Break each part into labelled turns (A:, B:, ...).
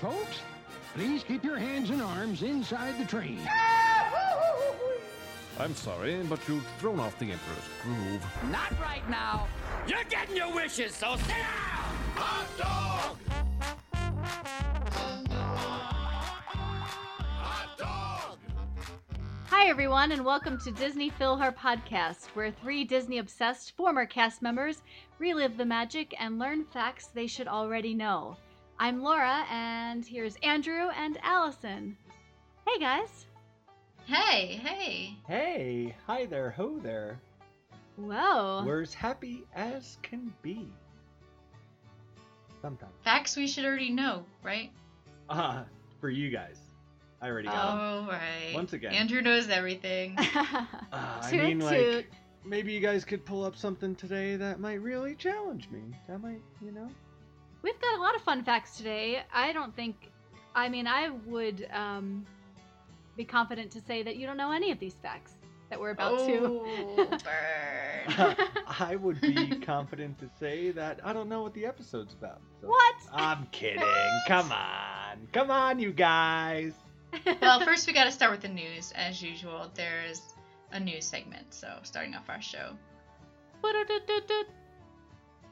A: folks. Please keep your hands and arms inside the train.
B: I'm sorry, but you've thrown off the Emperor's groove.
C: Not right now. You're getting your wishes, so sit down! Hot dog!
D: Hi, everyone, and welcome to Disney Philhar Podcast, where three Disney obsessed former cast members relive the magic and learn facts they should already know. I'm Laura, and here's Andrew and Allison. Hey, guys.
E: Hey, hey.
F: Hey, hi there, ho there.
D: Whoa.
F: We're as happy as can be. Sometimes.
E: Facts we should already know, right?
F: Ah, for you guys. I already got 'em.
D: Oh, Um,
E: All Oh, right.
F: Once again.
E: Andrew knows everything.
F: Ah, I
D: Toot
F: mean,
D: toot.
F: like, maybe you guys could pull up something today that might really challenge me. That might, you know?
D: We've got a lot of fun facts today. I don't think, I mean, I would um, be confident to say that you don't know any of these facts that we're about
E: oh, burn.
D: to.
F: I would be confident to say that I don't know what the episode's about. so-
D: what?
F: I'm kidding. Come on. Come on, you guys.
E: well, first we got to start with the news, as usual. There is a news segment, so starting off our show.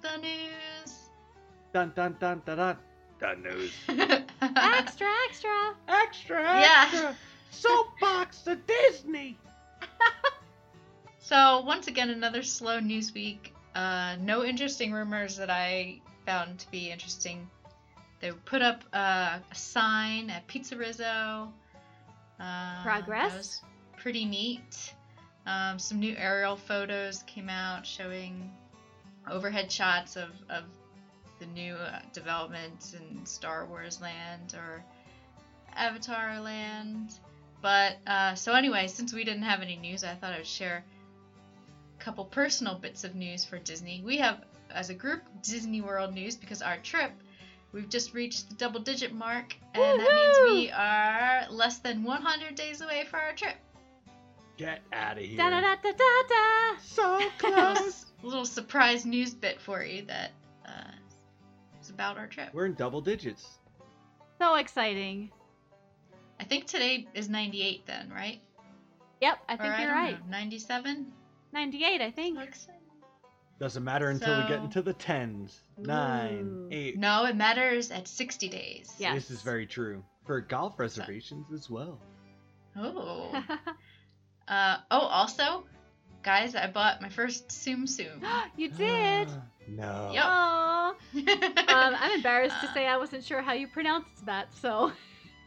E: The news.
F: Dun dun dun dun dun. Dun news.
D: extra, extra.
F: Extra,
E: Yeah.
F: extra. Soapbox to Disney.
E: So once again, another slow news week. Uh, no interesting rumors that I found to be interesting. They put up uh, a sign at Pizza Rizzo. Uh,
D: Progress?
E: That was pretty neat. Um, some new aerial photos came out showing overhead shots of, of the new uh, developments in Star Wars Land or Avatar Land. But uh, so anyway, since we didn't have any news, I thought I would share a couple personal bits of news for Disney. We have, as a group, Disney World news because our trip, we've just reached the double-digit mark, and that
D: Woohoo!
E: means we are less than 100 days away for our trip.
F: Get out of here.
D: Da da da da da
F: So
E: A little
F: close.
E: s- little surprise news bit for you that uh, is about our trip.
F: We're in double digits.
D: So exciting.
E: I think today is 98 then, right?
D: Yep, I
E: Or
D: think you're
E: don't
D: right.
E: know, 97?
D: 98, I think.
E: Looks like-
F: Doesn't matter until we get
E: So-
F: into the tens. Nine,
D: Ooh.
F: eight.
E: No, it matters at 60 days.
D: Yeah.
F: This is
D: Yes.
F: very true. For golf reservations as well.
E: Oh. uh, oh, also, guys, I bought my first Tsum Tsum.
D: you did.
F: Ah, no.
E: Yep.
D: Oh. Um, I'm embarrassed to
E: Uh.
D: say I wasn't sure how you pronounced that, so.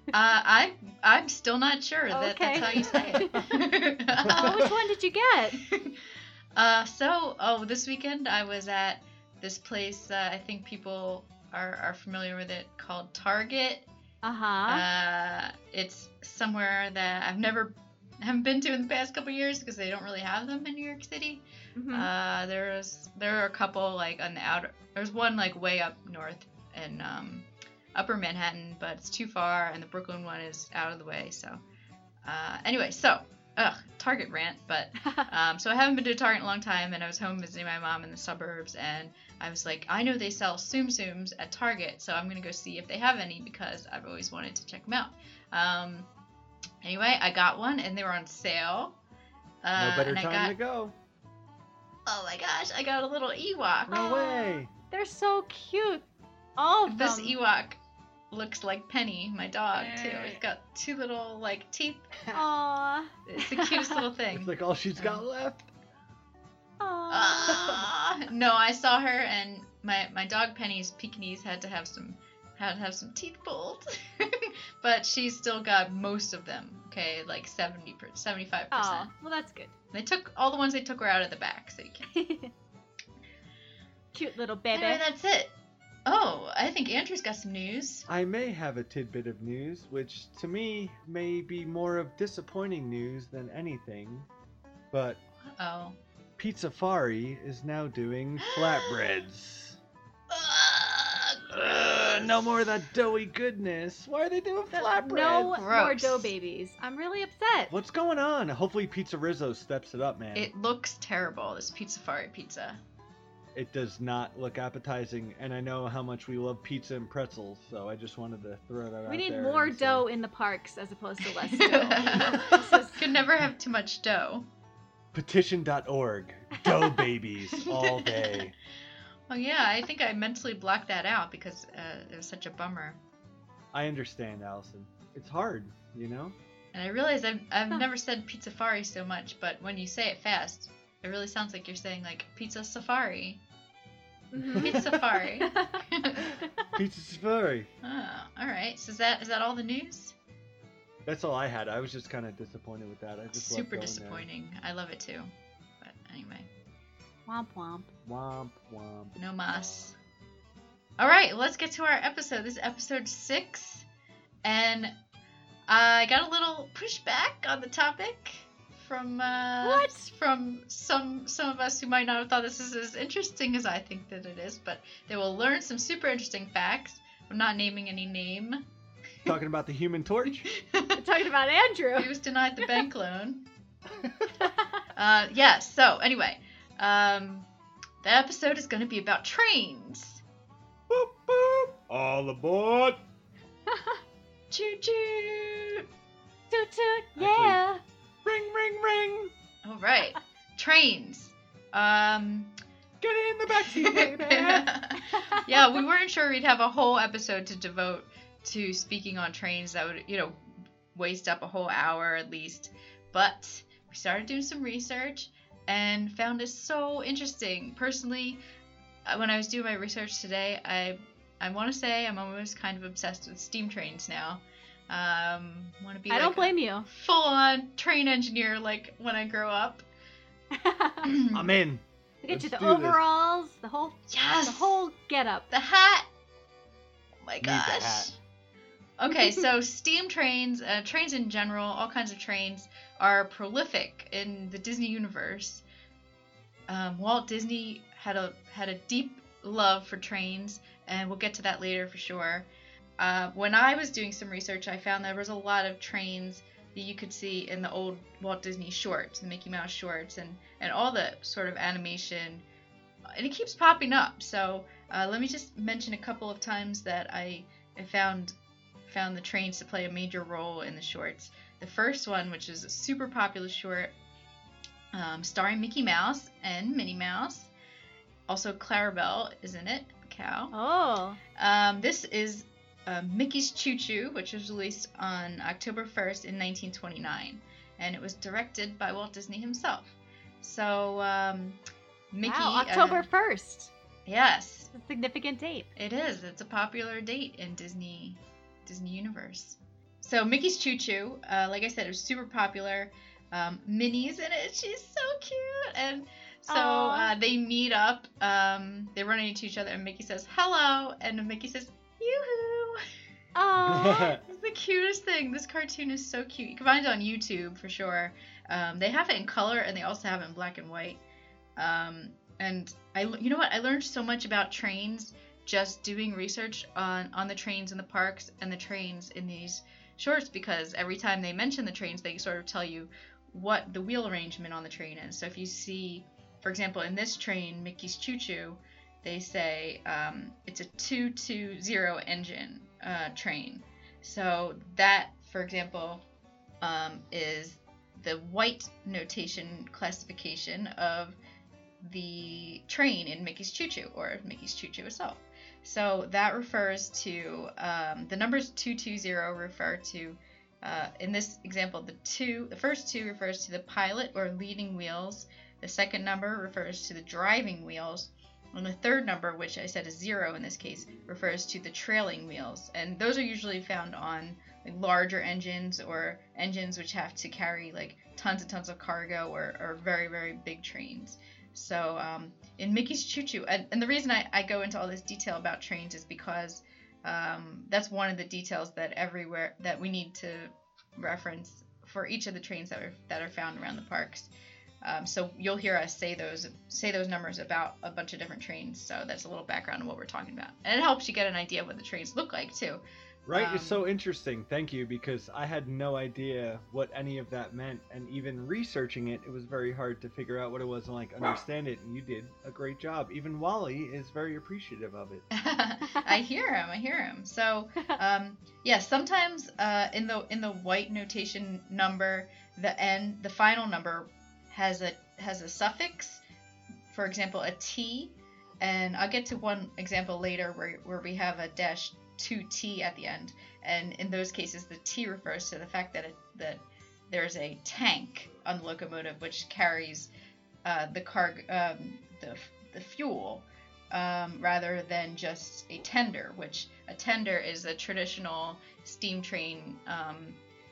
E: uh, I, I'm still not sure that
D: Okay.
E: that's how you say
D: Oh,
E: it.
D: which one did you get?
E: uh, so, oh, this weekend I was at this place, uh, I think people are, are familiar with it, called Target.
D: Uh huh.
E: Uh, it's somewhere that I've never haven't been to in the past couple years because they don't really have them in New York City.
F: Mm-hmm.
D: Mm-hmm.
E: Uh, there's there are a couple like on the outer. There's one like way up north in um, Upper Manhattan, but it's too far, and the Brooklyn one is out of the way. So uh, anyway, so ugh, Target rant, but um, so I haven't been to Target in a long time, and I was home visiting my mom in the suburbs, and I was like, I know they sell Tsum Tsums at Target, so I'm gonna go see if they have any because I've always wanted to check them out. Um, anyway, I got one, and they were on sale. Uh,
F: no better
E: and I
F: time
E: got,
F: to go.
E: Oh my gosh, I got a little Ewok.
F: No
D: Oh,
F: way.
D: They're so cute. All of
E: This
D: them.
E: Ewok looks like Penny, my dog, too. It's got two little like teeth.
D: Aw.
E: It's the cutest little
F: It's
E: thing.
F: like all she's got left.
D: Aw.
E: Ah, no, I saw her and my my dog Penny's Pekingese had to have some had to have some teeth pulled. but she's still got most of them. Okay, like 70 per, 75%.
D: Aw. Well, that's good.
E: They took all the ones they took her out of the back, so you can't.
D: Cute little baby.
E: Anyway, that's it. Oh, I think Andrew's got some news.
F: I may have a tidbit of news, which to me may be more of disappointing news than anything. But
E: Oh.
F: Pizzafari is now doing flatbreads.
E: Ugh,
F: Ugh, no more of that doughy goodness. Why are they doing flatbreads?
D: no more
E: Gross.
D: dough babies. I'm really upset.
F: What's going on? Hopefully Pizza Rizzo steps it up, man.
E: It looks terrible. This pizza fari pizza.
F: It does not look appetizing, and I know how much we love pizza and pretzels, so I just wanted to throw that out
D: We need
F: there
D: more
F: and say-
D: dough in the parks as opposed to less dough. This is-
E: Could never have too much dough.
F: Petition.org. Dough babies all day.
E: Oh yeah, I think I mentally blocked that out because uh, it was such a bummer.
F: I understand, Allison. It's hard, you know?
E: And I realize I've, I've
D: Huh.
E: never said pizza fari so much, but when you say it fast, it really sounds like you're saying like pizza safari.
D: Mhm.
E: Pizza safari.
F: Pizza Safari.
E: Ah, all right. So is that is that all the news?
F: That's all I had. I was just kind of disappointed with that. I just left
E: Super
F: going there.
E: disappointing. I love it too. But anyway,
D: womp womp.
F: Womp womp.
E: no mas. All right, let's get to our episode. This is episode six, and I got a little pushback on the topic from uh,
D: What?
E: from some some of us who might not have thought this is as interesting as I think that it is. But they will learn some super interesting facts. I'm not naming any name.
F: Talking about the Human Torch.
D: We're talking about
E: He
D: Andrew.
E: was denied the bank loan. uh, yeah, so anyway, um, the episode is going to be about trains.
F: boop boop. All aboard.
E: Choo choo!
D: toot toot.
F: Actually-
D: Yeah.
F: Ring ring ring.
E: All right, trains. Um,
F: Get in the backseat, baby.
E: yeah, we weren't sure we'd have a whole episode to devote to speaking on trains. That would, you know, waste up a whole hour at least. But we started doing some research and found this so interesting. Personally, uh, when I was doing my research today, I I want to say I'm almost kind of obsessed with steam trains now. Um, want to be
D: I don't
E: like
D: blame you.
E: a full on train engineer like when I grow up.
D: They
F: I'm in.
D: get you
F: Let's
D: the
F: do this.
D: overalls, the whole,
E: yes.
D: the whole get up.
E: The hat. Oh my
F: the
E: gosh.
F: hat.
E: Okay, so steam trains, uh, trains in general, all kinds of trains are prolific in the Disney universe. Um, Walt Disney had a had a deep love for trains, and we'll get to that later for sure. Uh, when I was doing some research, I found there was a lot of trains that you could see in the old Walt Disney shorts, the Mickey Mouse shorts, and and all the sort of animation, and it keeps popping up. So uh, let me just mention a couple of times that I, I found found the trains to play a major role in the shorts. The first one, which is a super popular short, um, starring Mickey Mouse and Minnie Mouse. Also, Clarabelle is in it, the cow.
D: Oh.
E: Um, this is uh, Mickey's Choo Choo, which was released on October 1st in 1929, and it was directed by Walt Disney himself. So, um, Mickey.
D: wow.
E: uh,
D: October first.
E: yes,
D: It's a significant date.
E: it is. It's a popular date in Disney Disney Universe. So Mickey's Choo Choo, uh, like I said, it was super popular. Um, Minnie's in it. She's so cute, and so
D: Aw.
E: uh, they meet up. Um, they run into each other, and Mickey says hello, and Mickey says yoo-hoo.
D: Oh.
E: It's the cutest thing. This cartoon is so cute. You can find it on YouTube for sure. Um, they have it in color and they also have it in black and white. Um, and I, you know what? I learned so much about trains just doing research on on the trains in the parks and the trains in these shorts because every time they mention the trains, they sort of tell you what the wheel arrangement on the train is. So if you see, for example, in this train, Mickey's Choo Choo, they say um, it's a two-two-zero engine uh, train. So that, for example, um, is the white notation classification of the train in Mickey's Choo Choo or Mickey's Choo Choo itself. So that refers to um, the numbers two two zero refer to. Uh, in this example, the two, the first two refers to the pilot or leading wheels. The second number refers to the driving wheels, and the third number, which I said is zero in this case, refers to the trailing wheels. And those are usually found on like, larger engines or engines which have to carry like tons and tons of cargo or, or very, very big trains. So um, in Mickey's Choo Choo, and, and the reason I, I go into all this detail about trains is because um, that's one of the details that everywhere that we need to reference for each of the trains that are, that are found around the parks. Um, so you'll hear us say those say those numbers about a bunch of different trains. So that's a little background on what we're talking about, and it helps you get an idea of what the trains look like too.
F: Right?
E: Um,
F: it's so interesting. Thank you, because I had no idea what any of that meant, and even researching it, it was very hard to figure out what it was and like understand it. And you did a great job. Even Wally is very appreciative of it.
E: I hear him. I hear him. So, um, yeah, sometimes uh, in the in the white notation number, the end, the final number has a has a suffix. For example, a T, and I'll get to one example later where where we have a dash two T at the end, and in those cases, the T refers to the fact that it, that there's a tank on the locomotive which carries uh, the cargo, um, the the fuel um, rather than just a tender, which a tender is a traditional steam train um,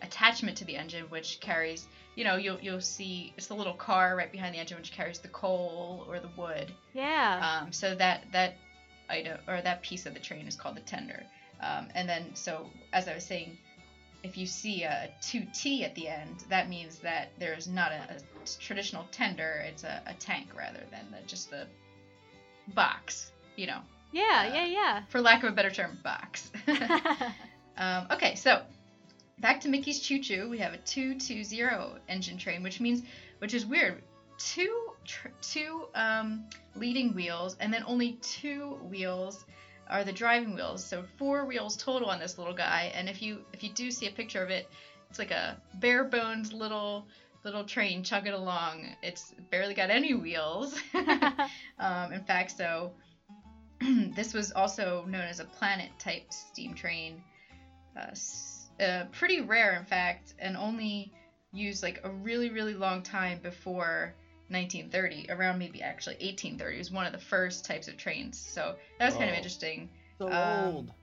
E: attachment to the engine, which carries, you know, you'll, you'll see it's the little car right behind the engine which carries the coal or the wood.
D: Yeah.
E: Um, so that that item or that piece of the train is called the tender. Um, and then, so as I was saying, if you see a 2T at the end, that means that there's not a, a traditional tender, it's a, a tank rather than the, just the box, you know,
D: yeah, yeah,
E: for lack of a better term, box.
D: yeah.
E: Um, okay, so back to Mickey's Choo Choo. We have a two two zero engine train, which means, which is weird, two tr- two um, leading wheels, and then only two wheels are the driving wheels. So four wheels total on this little guy. And if you if you do see a picture of it, it's like a bare bones little little train chugging along. It's barely got any wheels. Um, in fact, so this was also known as a planet type steam train. Uh, s- uh, pretty rare, in fact, and only used like a really, really long time before 1930, around maybe actually 1830. It was one of the first types of trains. So that was kind of
F: Wow.
E: interesting.
F: So
E: Um,
F: old.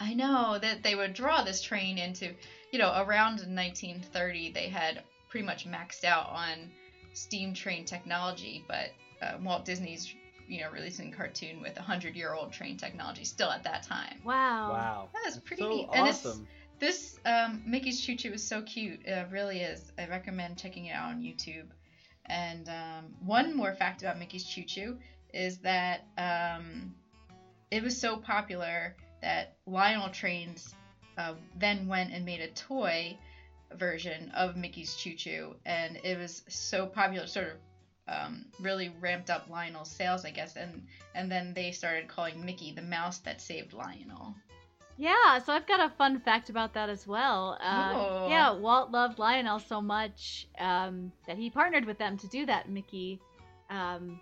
E: I know that they would draw this train into, you know, around 1930 they had pretty much maxed out on steam train technology, but uh, Walt Disney's, you know, releasing a cartoon with 100 year old train technology still at that time.
D: wow.
F: Wow.
E: oh, That was pretty
F: so
E: neat. And it's-
F: awesome.
E: This um, Mickey's Choo Choo is so cute. It really is. I recommend checking it out on YouTube. And um, one more fact about Mickey's Choo Choo is that um, it was so popular that Lionel Trains uh, then went and made a toy version of Mickey's Choo Choo, and it was so popular, sort of. Um, really ramped up Lionel's sales, I guess, and and then they started calling Mickey the mouse that saved Lionel.
D: Yeah, so I've got a fun fact about that as well. Uh,
E: Oh.
D: yeah, Walt loved Lionel so much um, that he partnered with them to do that Mickey um,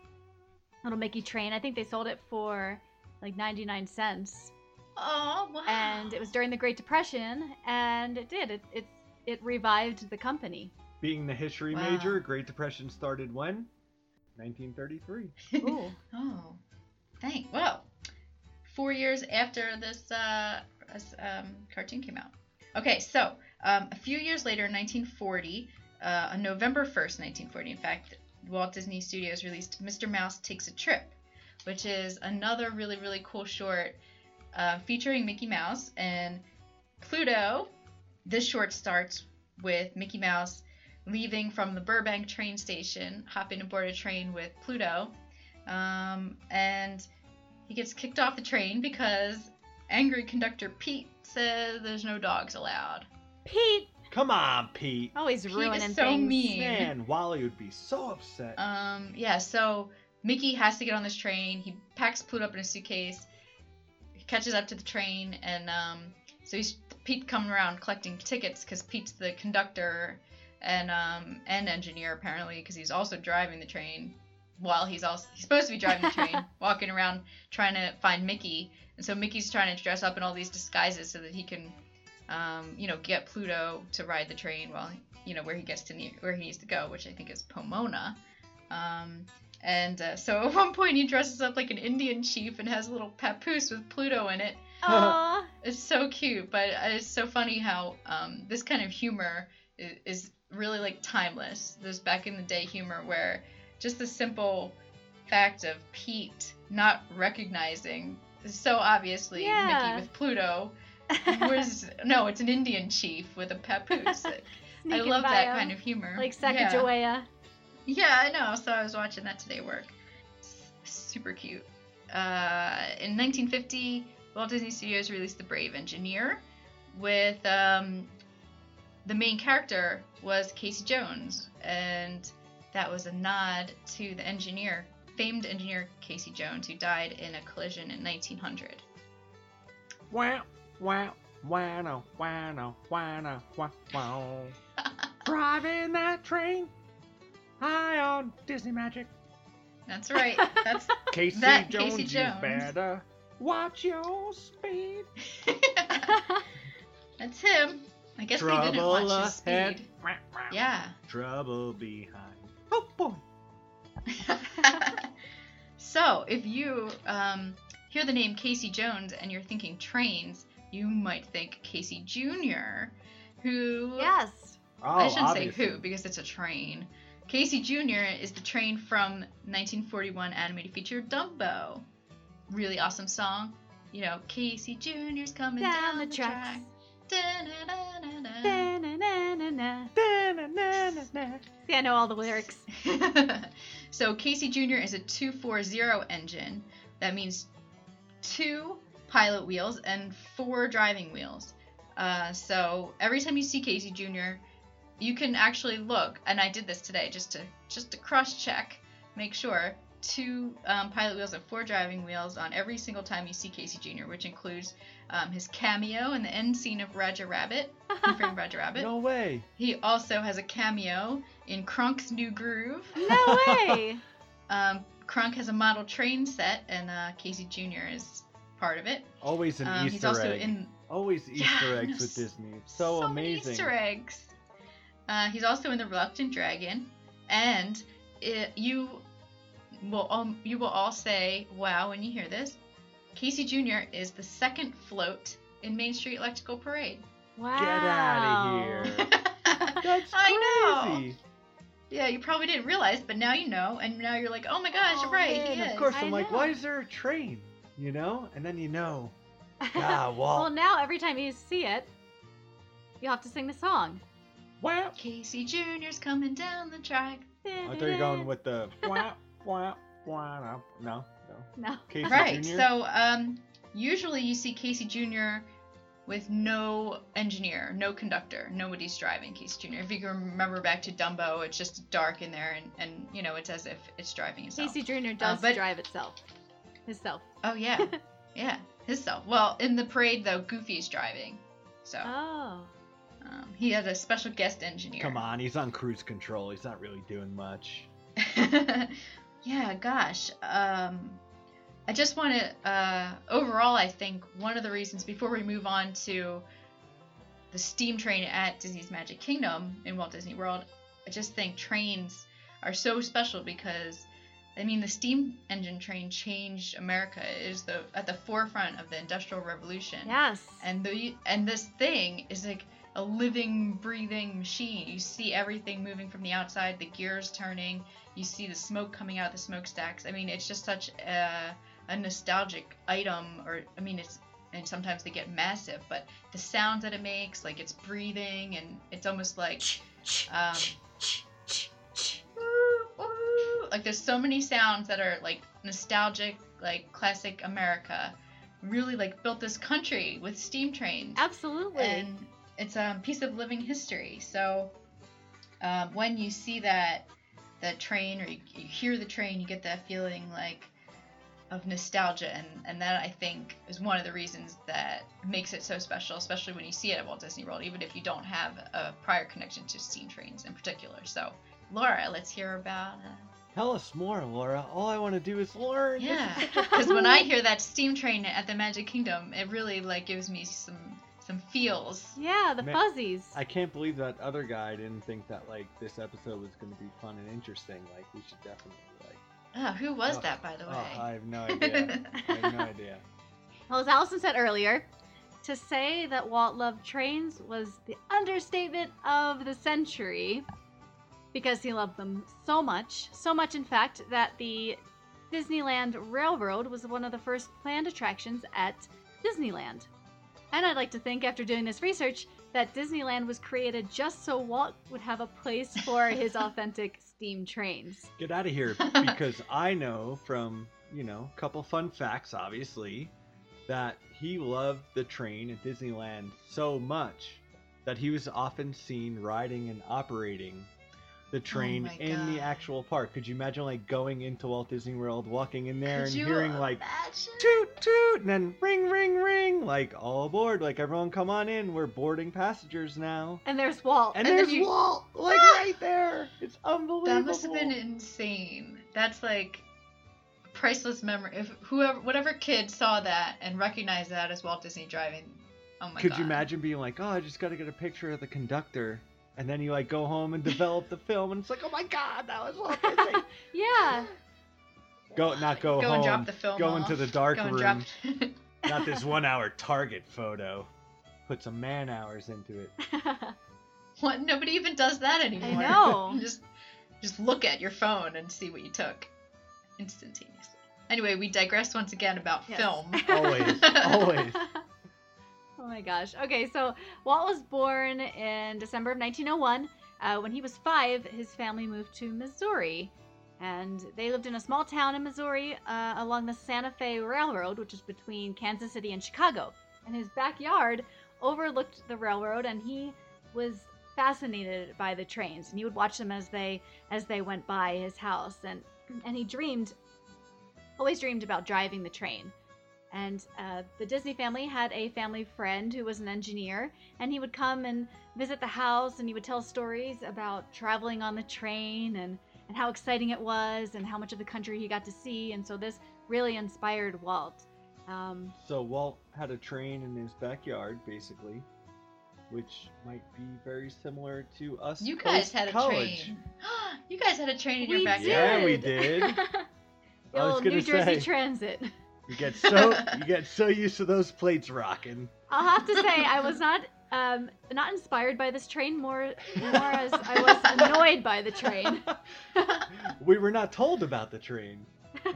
D: little Mickey train. I think they sold it for like 99 cents,
E: Oh wow!
D: and it was during the Great Depression, and it did. It it, it revived the company.
F: Being the history
E: Wow.
F: major, Great Depression started when? 1933.
D: Ooh.
E: Oh, dang. Well, four years after this uh, this, um, cartoon came out. Okay, so um, a few years later, in 1940, uh, on November 1st, 1940, in fact, Walt Disney Studios released Mr. Mouse Takes a Trip, which is another really, really cool short uh, featuring Mickey Mouse and Pluto. This short starts with Mickey Mouse leaving from the Burbank train station, hopping aboard a train with Pluto, um, and he gets kicked off the train because angry conductor Pete says there's no dogs allowed.
D: Pete
F: Come on,
E: Oh,
F: Pete.
D: always
E: Pete
D: ruining
E: is so
D: things.
E: mean.
F: Man, Wally would be so upset.
E: Um, yeah, so Mickey has to get on this train. He packs Pluto up in a suitcase. He catches up to the train, and um, so he's Pete coming around collecting tickets because Pete's the conductor and um, and engineer apparently because he's also driving the train while he's also he's supposed to be driving the train, walking around trying to find Mickey. And so Mickey's trying to dress up in all these disguises so that he can, um, you know, get Pluto to ride the train while you know where he gets to ne- where he needs to go, which I think is Pomona. Um, and uh, so at one point he dresses up like an Indian chief and has a little papoose with Pluto in it.
D: Aw.
E: It's so cute, but it's so funny how um, this kind of humor is, is really like timeless. There's back in the day humor where just the simple fact of Pete not recognizing so obviously
D: Yeah.
E: Mickey with Pluto. Where's no, it's an Indian chief with a papoose. I
D: Sneaking
E: love
D: by
E: that
D: him,
E: kind of humor.
D: like
E: Yeah.
D: Sacagawea.
E: Yeah, I know. So I was watching that today at work. S- super cute. Uh, in 1950, Walt Disney Studios released The Brave Engineer, with um, the main character was Casey Jones, and that was a nod to the engineer, famed engineer Casey Jones, who died in a collision in 1900.
B: Wow, wow, wow, wow, wow, wow, wow. Driving that train high on Disney Magic.
E: That's right. That's
B: Casey
E: That
B: Jones,
E: Casey Jones.
B: you
F: uh,
B: better watch your speed.
E: that's him. I guess they didn't
F: Trouble
E: watch his
F: ahead.
E: speed. Yeah.
F: Trouble behind. Oh boy.
E: so, if you um, hear the name Casey Jones and you're thinking trains, you might think Casey Jr., who.
D: yes.
F: Oh,
E: I shouldn't
F: obviously.
E: say who because it's a train. Casey Jr. is the train from 1941 animated feature Dumbo. Really awesome song. You know, Casey Jr.'s coming down,
D: Down the tracks.
E: Track. Da-na-na-na-na.
D: Da-na-na-na-na. See, I know all the lyrics.
E: so Casey Jr. is a 240 engine. That means two pilot wheels and four driving wheels. Uh, so every time you see Casey Jr., you can actually look. And I did this today just to just to cross check, make sure two um, pilot wheels and four driving wheels on every single time you see Casey Jr., which includes um, his cameo in the end scene of Roger Rabbit, Who Framed Roger Rabbit.
F: No way.
E: He also has a cameo in Krunk's New Groove.
D: No way.
E: Um, Krunk has a model train set, and uh, Casey Jr. is part of it.
F: Always an
E: Um, he's
F: Easter
E: also
F: egg.
E: in
F: Always
E: Yeah,
F: Easter
E: I
F: eggs
E: know
F: with
E: so
F: Disney. It's So,
E: many
F: amazing.
E: Easter eggs. Uh, he's also in the Reluctant Dragon, and it, you will all, you will all say wow when you hear this. Casey Jr. is the second float in Main Street Electrical Parade.
D: Wow.
F: Get out of here. That's crazy.
E: I know. Yeah, you probably didn't realize, but now you know, and now you're like, oh my gosh,
D: Oh,
E: right,
D: man,
E: he
F: And
E: is.
F: of course,
D: I
F: I'm like,
D: know.
F: why is there a train? You know? And then you know. Ah, Walt.
D: well, now every time you see it, you'll have to sing the song.
B: Wow,
E: Casey Jr.'s coming down the track.
F: I thought you were Oh, going with the wah, wah, wah, nah. no, no.
D: No.
F: Casey
E: right.
F: Jr.
E: So um, usually you see Casey Jr. with no engineer, no conductor, nobody's driving Casey Jr. If you can remember back to Dumbo, it's just dark in there, and, and you know it's as if it's driving itself.
D: Casey Jr. does
E: Uh, but-
D: drive itself. Himself.
E: Oh yeah, yeah, his self. Well, in the parade though, Goofy's driving, so
D: Oh.
E: um, he has a special guest engineer.
F: Come on, he's on cruise control. He's not really doing much.
E: yeah, gosh. Um, I just want to. Uh, overall, I think one of the reasons before we move on to the steam train at Disney's Magic Kingdom in Walt Disney World, I just think trains are so special because. I mean, the steam engine train changed America. It is the at the forefront of the Industrial Revolution
D: Yes.
E: and the and this thing is like a living breathing machine you see everything moving from the outside the gears turning you see the smoke coming out of the smokestacks i mean it's just such a, a nostalgic item or i mean it's and sometimes they get massive but the sounds that it makes like it's breathing and it's almost like um, like there's so many sounds that are like nostalgic like classic america really like built this country with steam trains
D: Absolutely.
E: and it's a piece of living history. So um, when you see that that train or you, you hear the train, you get that feeling like of nostalgia, and and that I think is one of the reasons that makes it so special, especially when you see it at Walt Disney World, even if you don't have a prior connection to steam trains in particular. So Laura, let's hear about. Uh,
F: Tell us more, Laura. All I want to do is learn. This is
E: yeah,
F: such a
E: because when
F: cool-
E: I hear that steam train at the Magic Kingdom, it really like gives me some some feels.
D: yeah, the
F: Ma-
D: fuzzies.
F: I can't believe that other guy didn't think that like this episode was going to be fun and interesting. Like we should definitely like.
E: Oh, who was
F: Oh,
E: that, by the way?
F: Oh, I have no idea. I have no idea.
D: Well, as Allison said earlier, to say that Walt loved trains was the understatement of the century because he loved them so much. So much, in fact, that the Disneyland Railroad was one of the first planned attractions at Disneyland. And I'd like to think, after doing this research, that Disneyland was created just so Walt would have a place for his authentic steam trains.
F: Get out of here because I know from, you know, a couple fun facts, obviously, that he loved the train at Disneyland so much that he was often seen riding and operating the train
E: Oh my
F: in the
E: God.
F: actual park. Could you imagine, like, going into Walt Disney World, walking in there,
E: Could
F: and
E: you
F: hearing, like,
E: imagine?
F: toot toot and then ring ring ring like all aboard like everyone come on in we're boarding passengers now
D: And there's Walt.
F: and,
E: And then
F: there's
E: you-
F: walt like
E: Ah!
F: right there it's unbelievable
E: That must have been insane. That's like a priceless memory. If whoever, whatever kid saw that and recognized that as Walt Disney driving, oh my
F: could
E: god!
F: you imagine being like oh i just gotta get a picture of the conductor and then you like go home and develop the film and it's like oh my god that was walt disney
D: Yeah.
F: go not go,
E: Go
F: home
E: and drop the film.
F: go
E: off.
F: into the dark
E: Go and
F: room
E: drop.
F: not this one hour target photo put some man hours into it
E: what? Nobody even does that
D: I
E: anymore.
D: know.
E: You just just look at your phone and see what you took instantaneously. Anyway, we digressed once again about
D: Yes.
E: film.
F: always always
D: Oh my gosh. Okay, so Walt was born in December of 1901. Uh, when he was five, his family moved to Missouri. And they lived in a small town in Missouri uh, along the Santa Fe Railroad, which is between Kansas City and Chicago. And his backyard overlooked the railroad, and he was fascinated by the trains. And he would watch them as they as they went by his house. And and he dreamed, always dreamed about driving the train. And uh, the Disney family had a family friend who was an engineer, and he would come and visit the house, and he would tell stories about traveling on the train and, and how exciting it was, and how much of the country he got to see. And so this really inspired Walt. Um,
F: So Walt had a train in his backyard, basically, which might be very similar to us.
E: You guys had a
F: post-college.
E: train. you guys had a train in
D: We
E: your backyard.
F: Yeah, we did.
D: the
F: I was
D: old
F: gonna
D: New Jersey
F: say.
D: Transit.
F: You get so you get so used to those plates rocking.
D: I'll have to say I was not um, not inspired by this train more more as I was annoyed by the train.
F: We were not told about the train.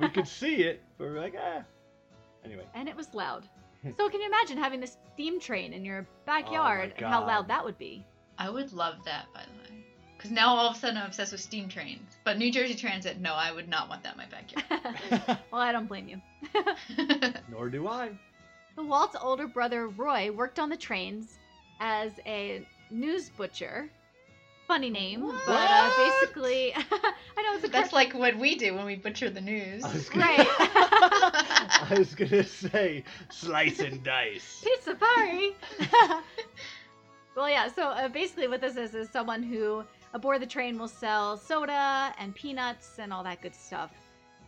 F: We could see it, but we we're like, ah. Anyway,
D: and it was loud. So can you imagine having this steam train in your backyard and how
F: God.
D: loud that would be?
E: I would love that, by the way. Because now all of a sudden I'm obsessed with steam trains. But New Jersey Transit, no, I would not want that in my
D: well, I don't blame you.
E: backyard.
F: nor do I.
D: The Walt's older brother Roy worked on the trains as a news butcher. Funny name, but uh,
F: What?
D: basically, I know it's a
E: That's like what we do when we butcher the news.
F: I was gonna,
D: right
F: I was gonna say slice and dice.
D: pizza party. well, yeah. So uh, basically, what this is is someone who aboard the train will sell soda and peanuts and all that good stuff.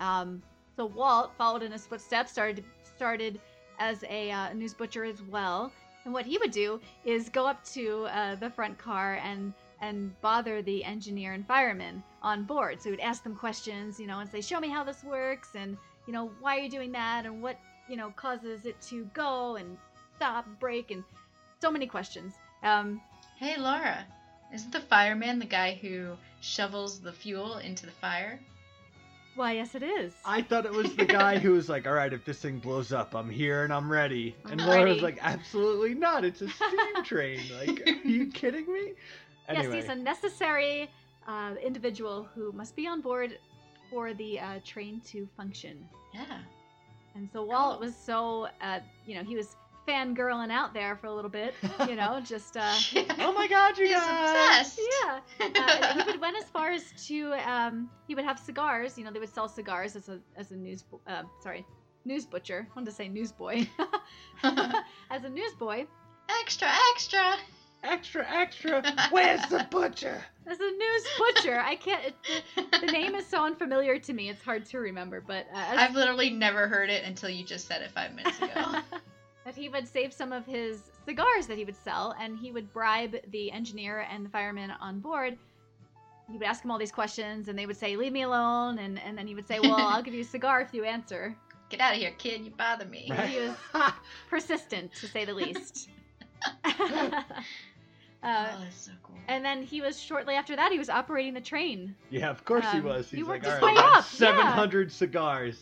D: Um, so Walt followed in his footsteps, started started as a uh, news butcher as well. And what he would do is go up to uh, the front car and and bother the engineer and fireman on board. So he'd ask them questions, you know, and say, "Show me how this works," and you know, "Why are you doing that?" and "What you know causes it to go and stop, break, and so many questions." Um,
E: Hey, Laura, isn't the fireman the guy who shovels the fuel into the fire?
D: why, yes, it is.
F: I thought it was the guy who was like, "All right, if this thing blows up, I'm here and I'm ready." And
D: I'm
F: Laura
D: ready.
F: was like, "Absolutely not! It's a steam train. Like, are you kidding me?" Anyway,
D: Yes, he's a necessary uh, individual who must be on board for the uh, train to function.
E: Yeah.
D: And so Walt was so, uh, you know, he was fangirling out there for a little bit, you know, just, uh,
F: oh my god, you
E: He's
F: guys!
E: obsessed.
D: yeah. Uh, he would went as far as to, um, he would have cigars, you know, they would sell cigars as a, as a news, uh, sorry, news butcher. I wanted to say newsboy. as a newsboy,
E: extra, extra.
F: Extra, extra. Where's the butcher?
D: as a news butcher, I can't, it, the name is so unfamiliar to me, it's hard to remember, but uh, as
E: I've literally never heard it until you just said it five minutes ago.
D: that he would save some of his cigars that he would sell and he would bribe the engineer and the fireman on board he would ask him all these questions and they would say leave me alone and, and then he would say well i'll give you a cigar if you answer
E: Get out of here, kid. You bother me.
D: Right. He was persistent to say the least uh,
E: Oh, that's so cool.
D: and then he was shortly after that he was operating the train
F: Yeah, of course he
D: Um,
F: was.
D: he
F: He's
D: worked
F: like,
D: his
F: "All right,
D: way
F: I got
D: up, yeah."
F: 700 cigars.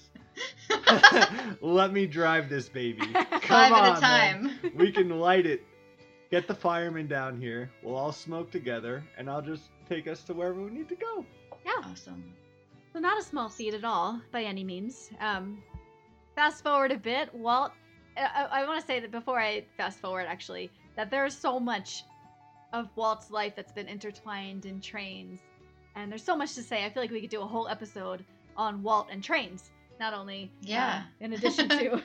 F: Let me drive this baby. Come
E: Five
F: on,
E: at a
F: man.
E: time.
F: We can light it. Get the firemen down here. We'll all smoke together, and I'll just take us to wherever we need to go.
E: Awesome.
D: So not a small seat at all by any means. Um, fast forward a bit, Walt. I, I want to say that before I fast forward, actually, that there is so much of Walt's life that's been intertwined in trains, and there's so much to say. I feel like we could do a whole episode on Walt and trains, not only uh,
E: Yeah.
D: in addition to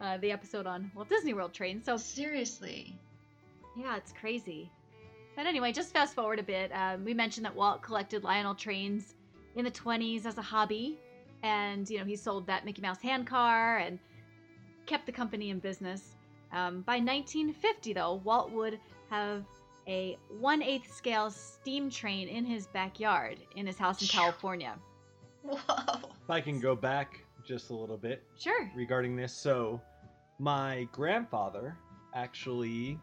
D: uh, the episode on Walt Disney World trains. So
E: Oh, Seriously.
D: yeah, it's crazy. But anyway, just fast forward a bit. Um, we mentioned that Walt collected Lionel trains in the 20s as a hobby. And, you know, he sold that Mickey Mouse hand car and kept the company in business. Um, by 1950, though, Walt would have a 1 8 scale steam train in his backyard in his house in
E: Phew.
D: California.
E: Whoa.
F: If I can go back just a little bit,
D: Sure.
F: regarding this. So, my grandfather actually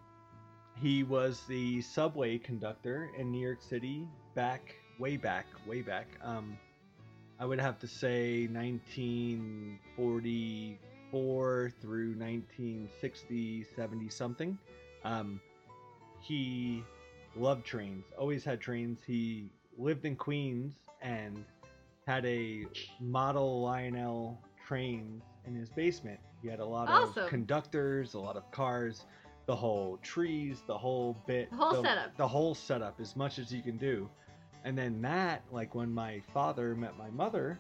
F: he was the subway conductor in New York City back way back, way back. Um I would have to say 1944 through 1960, 70 something. Um he loved trains. Always had trains. He lived in Queens and had a model Lionel train in his basement. He had a lot
D: Awesome.
F: of conductors, a lot of cars, the whole trees, the whole bit,
D: The whole setup.
F: the whole setup, as much as you can do. And then that, like when my father met my mother,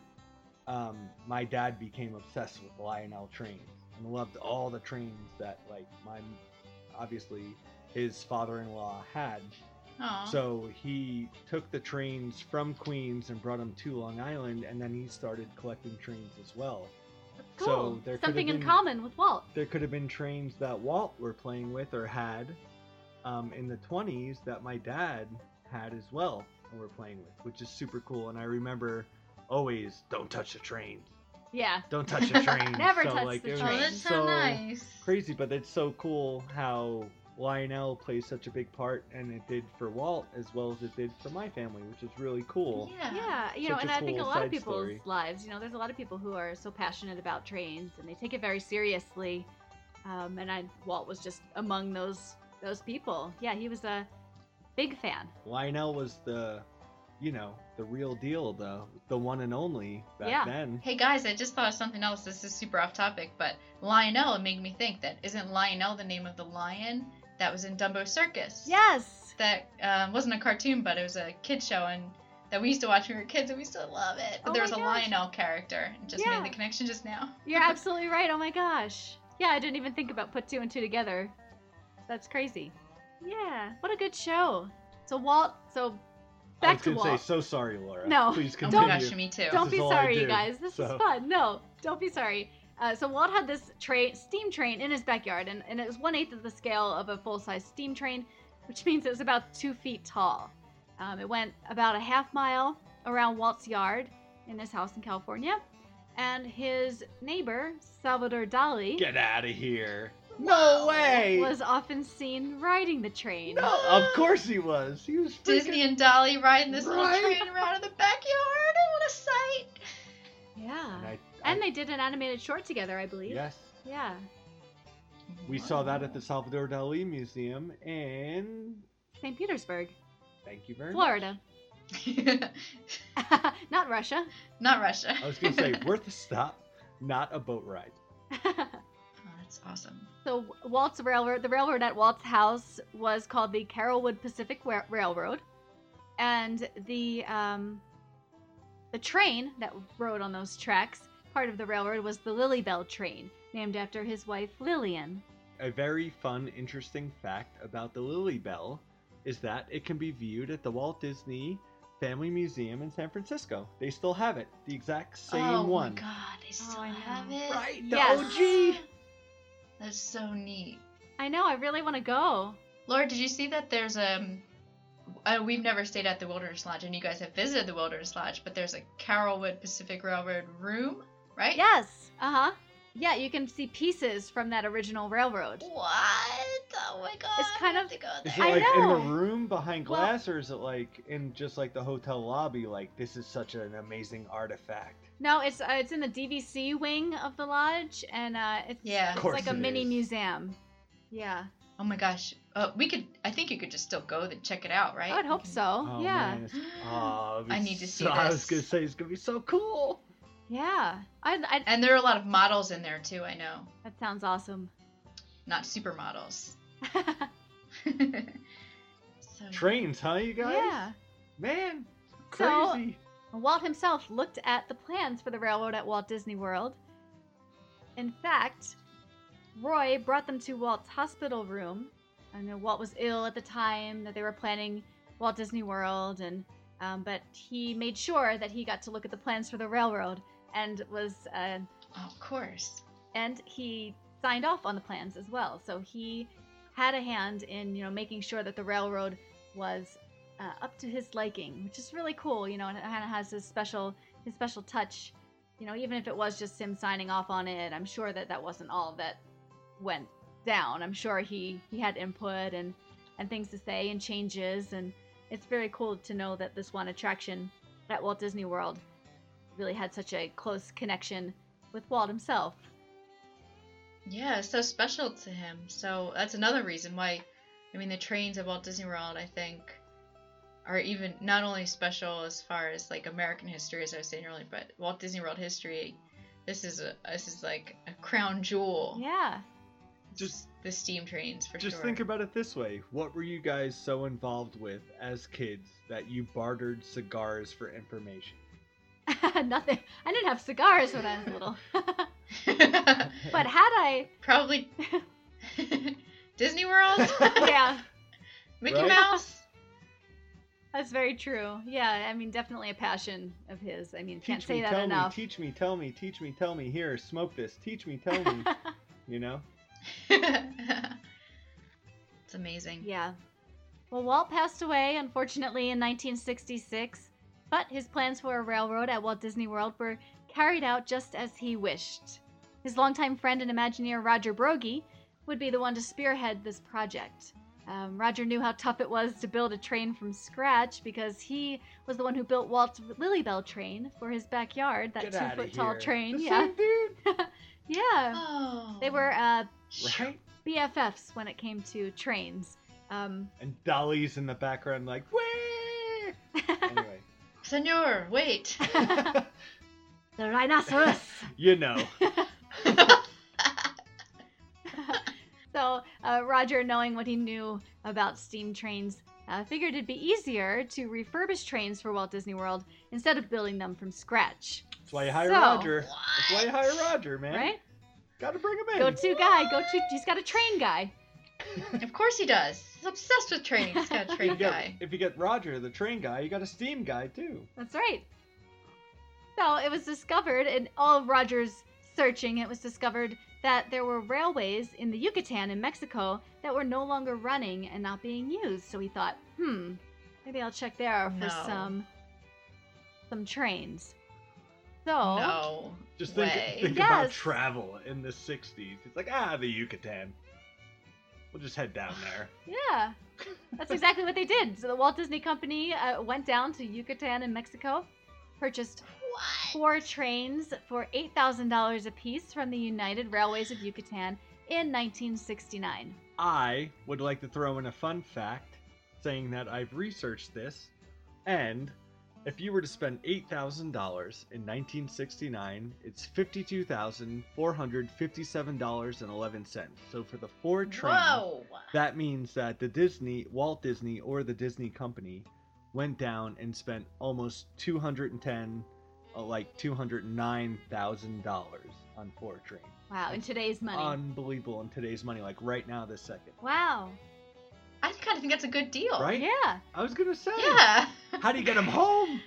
F: um, my dad became obsessed with Lionel trains and loved all the trains that like my obviously his father-in-law had.
E: Aw.
D: Uh-huh.
F: So he took the trains from Queens and brought them to Long Island, and then he started collecting trains as well.
D: Cool.
F: So there could
D: Something
F: have
D: in
F: been-
D: common with Walt.
F: There could have been trains that Walt were playing with or had um, in the 20s that my dad had as well and were playing with, which is super cool. And I remember always, don't touch the trains.
D: Yeah.
F: Don't touch the trains.
D: Never
F: so,
D: touch
F: like,
D: the
F: it was
E: oh,
D: trains.
E: that's so nice.
F: crazy, but it's so cool how Lionel plays such a big part, and it did for Walt as well as it did for my family, which is really cool.
E: Yeah.
D: Yeah, you know,
F: Such
D: and
F: a
D: I think a
F: cool
D: lot of
F: side
D: people's
F: story.
D: lives, you know, there's a lot of people who are so passionate about trains and they take it very seriously. Um, and I, Walt was just among those those people. Yeah, he was a big fan.
F: Lionel was the, you know, the real deal, the the one and only back
D: Yeah.
F: then.
E: Hey guys, I just thought of something else. This is super off topic, but Lionel made me think that isn't Lionel the name of the lion that was in Dumbo Circus?
D: Yes,
E: That um, wasn't a cartoon, but it was a kid show and that we used to watch when we were kids, and we still love it. But
D: Oh
E: there
D: my
E: was a
D: gosh.
E: Lionel character. and Just
D: Yeah.
E: made the connection just now.
D: you're absolutely right. Oh my gosh. Yeah, I didn't even think about put two and two together. That's crazy. Yeah, what a good show. So Walt, so
F: I
D: back
F: was
D: to
F: gonna
D: Walt.
F: say so sorry, Laura.
D: No.
F: please
E: Oh
F: continue.
E: my gosh, me too.
D: don't
F: This
D: be
F: is all I
D: sorry, you
F: do,
D: guys. This is
F: so.
D: fun. No, don't be sorry. Uh, so Walt had this train, steam train, in his backyard, and, and it was one eighth of the scale of a full size steam train, which means it was about two feet tall. Um, it went about a half mile around Walt's yard in his house in California, and his neighbor Salvador Dali
F: Get out of here!
E: No
F: way!
D: was often seen riding the train.
F: No, of course he was. He was freaking...
E: Disney and Dolly riding this
F: Right?
E: little train around in the backyard. What a sight!
D: Yeah,
F: And I- I-
D: and they did an animated short together, I believe.
F: yes,
D: Yeah.
F: we saw that at the Salvador Dali Museum in.
D: St. Petersburg,
F: Thank you very much.
D: Florida, not Russia.
E: Not Russia.
F: I was gonna say worth a stop, not a boat ride.
E: Oh, that's awesome.
D: So Walt's railroad, the railroad at Walt's house was called the Carrollwood Pacific Wa- Railroad, and the um, the train that rode on those tracks, part of the railroad, was the Lily Bell train, named after his wife Lillian.
F: A very fun, interesting fact about the Lily Bell is that it can be viewed at the Walt Disney Family Museum in San Francisco. They still have it, the exact same
E: oh
F: one.
E: my god, they still
D: I know.
E: have it.
F: Right, the
D: Yes.
F: OG.
E: That's so neat.
D: I know, I really want to go.
E: Laura, did you see that there's um uh, we've never stayed at the Wilderness Lodge, and you guys have visited the Wilderness Lodge, but there's a Carrollwood Pacific Railroad room, right?
D: Yes. Uh huh. Yeah, you can see pieces from that original railroad.
E: What? Oh my god.
D: It's kind
E: we have
D: of-
E: to go
F: Is it
E: there.
D: I
F: like in
D: know.
F: the room behind
D: Well-
F: glass, or is it like in just like the hotel lobby? Like this is such an amazing artifact.
D: No, it's uh, it's in the DVC wing of the lodge, and uh, it's
E: Yeah. Of
D: it's
F: course
D: like a
F: it
D: mini
F: is.
D: museum. Yeah.
E: Oh my gosh. Uh, we could. I think you could just still go and check it out, right?
D: I would hope
E: Okay.
D: so. Oh, yeah.
F: Oh, man, it's- aw, it'd be
E: I need to see
F: so- I was
E: this.
F: gonna say it's gonna be so cool.
D: Yeah. I, I,
E: And there are a lot of models in there too. I know,
D: that sounds awesome.
E: not supermodels. so,
F: Trains, huh, you guys?
D: yeah.
F: Man,
D: So-
F: crazy.
D: Walt himself looked at the plans for the railroad at Walt Disney World. In fact, Roy brought them to Walt's hospital room. I know Walt was ill at the time that they were planning Walt Disney World, and um, but he made sure that he got to look at the plans for the railroad and was uh,
E: oh, of course.
D: and he signed off on the plans as well. So he had a hand in you know making sure that the railroad was uh, up to his liking, which is really cool. You know, and it kind of has his special his special touch. You know, even if it was just him signing off on it, I'm sure that that wasn't all that went down. I'm sure he he had input and and things to say and changes and it's very cool to know that this one attraction at Walt Disney World really had such a close connection with Walt himself.
E: Yeah, it's so special to him. So that's another reason why, I mean, the trains at Walt Disney World, I think, are even not only special as far as like American history, as I was saying earlier, but Walt Disney World history. This is a this is like a crown jewel.
D: Yeah.
F: Just-
E: the steam trains for
F: Just
E: sure.
F: think about it this way: What were you guys so involved with as kids that you bartered cigars for information?
D: Nothing. I didn't have cigars when I was little. But had I,
E: Probably Disney World,
D: yeah,
E: Mickey
F: Right?
E: Mouse.
D: that's very true. Yeah, I mean, definitely a passion of his. I mean,
F: teach
D: can't
F: me,
D: say that
F: tell
D: enough.
F: me, teach me, tell me, teach me, tell me. Here, smoke this. Teach me, tell me. you know.
E: it's amazing.
D: yeah. Well, Walt passed away, unfortunately, in 1966, but his plans for a railroad at Walt Disney World were carried out just as he wished. His longtime friend and Imagineer Roger Brogy would be the one to spearhead this project. Um, Roger knew how tough it was to build a train from scratch because he was the one who built Walt's Lilybell train for his backyard, that
F: Get
D: two
F: outta
D: foot tall
F: here.
D: train.
F: The
D: yeah.
F: same dude?
D: Yeah.
E: Oh.
D: They were uh,
F: Right.
D: BFFs when it came to trains. Um,
F: And Dolly's in the background, like, way. anyway,
E: Senor, wait.
D: the rhinoceros.
F: you know.
D: So uh, Roger, knowing what he knew about steam trains, uh, figured it'd be easier to refurbish trains for Walt Disney World instead of building them from scratch.
F: That's why you hire
D: So,
F: Roger. That's why you hire Roger, man.
D: Right?
F: Gotta bring him in.
D: Go to guy. Go to. He's got a train guy.
E: of course he does. He's obsessed with trains. He's got a
F: If
E: train
F: you get-
E: guy.
F: If you get Roger, the train guy, you got a steam guy too.
D: That's right. So it was discovered in all of Roger's searching. It was discovered that there were railways in the Yucatan in Mexico that were no longer running and not being used. So he thought, hmm, maybe I'll check there for
E: No.
D: some some trains. So
E: No.
F: Just think,
E: way.
F: think about
D: Yes.
F: travel in the '60s. It's like ah, the Yucatan. We'll just head down there.
D: Yeah. That's exactly what they did. So the Walt Disney Company uh, went down to Yucatan in Mexico, purchased four trains for $8,000 apiece from the United Railways of Yucatan in 1969.
F: I would like to throw in a fun fact saying that I've researched this, and if you were to spend $8,000 in 1969, it's $52,457.11. So for the four trains,
E: Whoa.
F: that means that the Disney, Walt Disney, or the Disney Company went down and spent almost 210 uh, like $209,000 on four trains.
D: Wow, in today's money.
F: Unbelievable in today's money, like right now, this second.
D: wow.
E: I kind of think that's a good deal.
F: Right?
D: Yeah.
F: I was gonna say.
E: Yeah.
F: How do you get them home?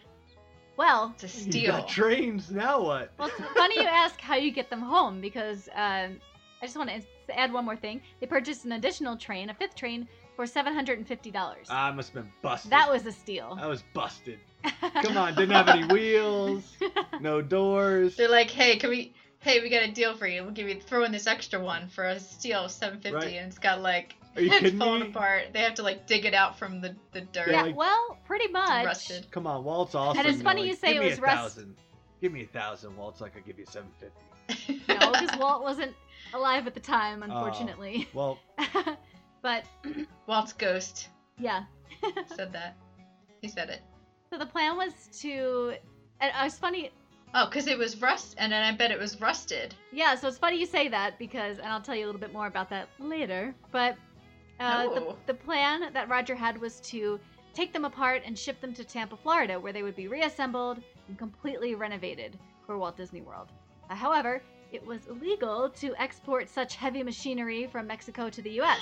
D: Well,
E: It's a
F: You
E: steal.
F: got trains. Now what?
D: well, it's funny you ask how you get them home because um, I just want to add one more thing. They purchased an additional train, a fifth train, for $750.
F: Ah, I must have been busted.
D: that was a steal.
F: I was busted. Come on, didn't have any wheels, no doors.
E: They're like, hey, can we? Hey, we got a deal for you. We'll give you throw in this extra one for a steal of 750,
F: Right.
E: and it's got like
F: Are you
E: it's
F: kidding
E: falling
F: me?
E: apart. They have to like dig it out from the the dirt.
D: yeah,
F: They're like-
D: well, pretty much.
E: rusted.
F: Come on, Walt's awesome.
D: it's
F: They're
D: funny
F: like,
D: you say
F: give
D: it
F: me
D: was
F: a
D: rust-
F: thousand. Give me a thousand, Walt's like I give you seven fifty.
D: No, because Walt wasn't alive at the time, unfortunately.
F: Well,
D: But
E: Walt's ghost
D: yeah,
E: said that. He said it.
D: so the plan was to. And it was funny.
E: Oh, because it was rust, and then I bet it was rusted.
D: Yeah, so it's funny you say that because, and I'll tell you a little bit more about that later. But uh, the,
E: No.
D: the plan that Roger had was to take them apart and ship them to Tampa, Florida, where they would be reassembled and completely renovated for Walt Disney World. Uh, however, it was illegal to export such heavy machinery from Mexico to the U.S.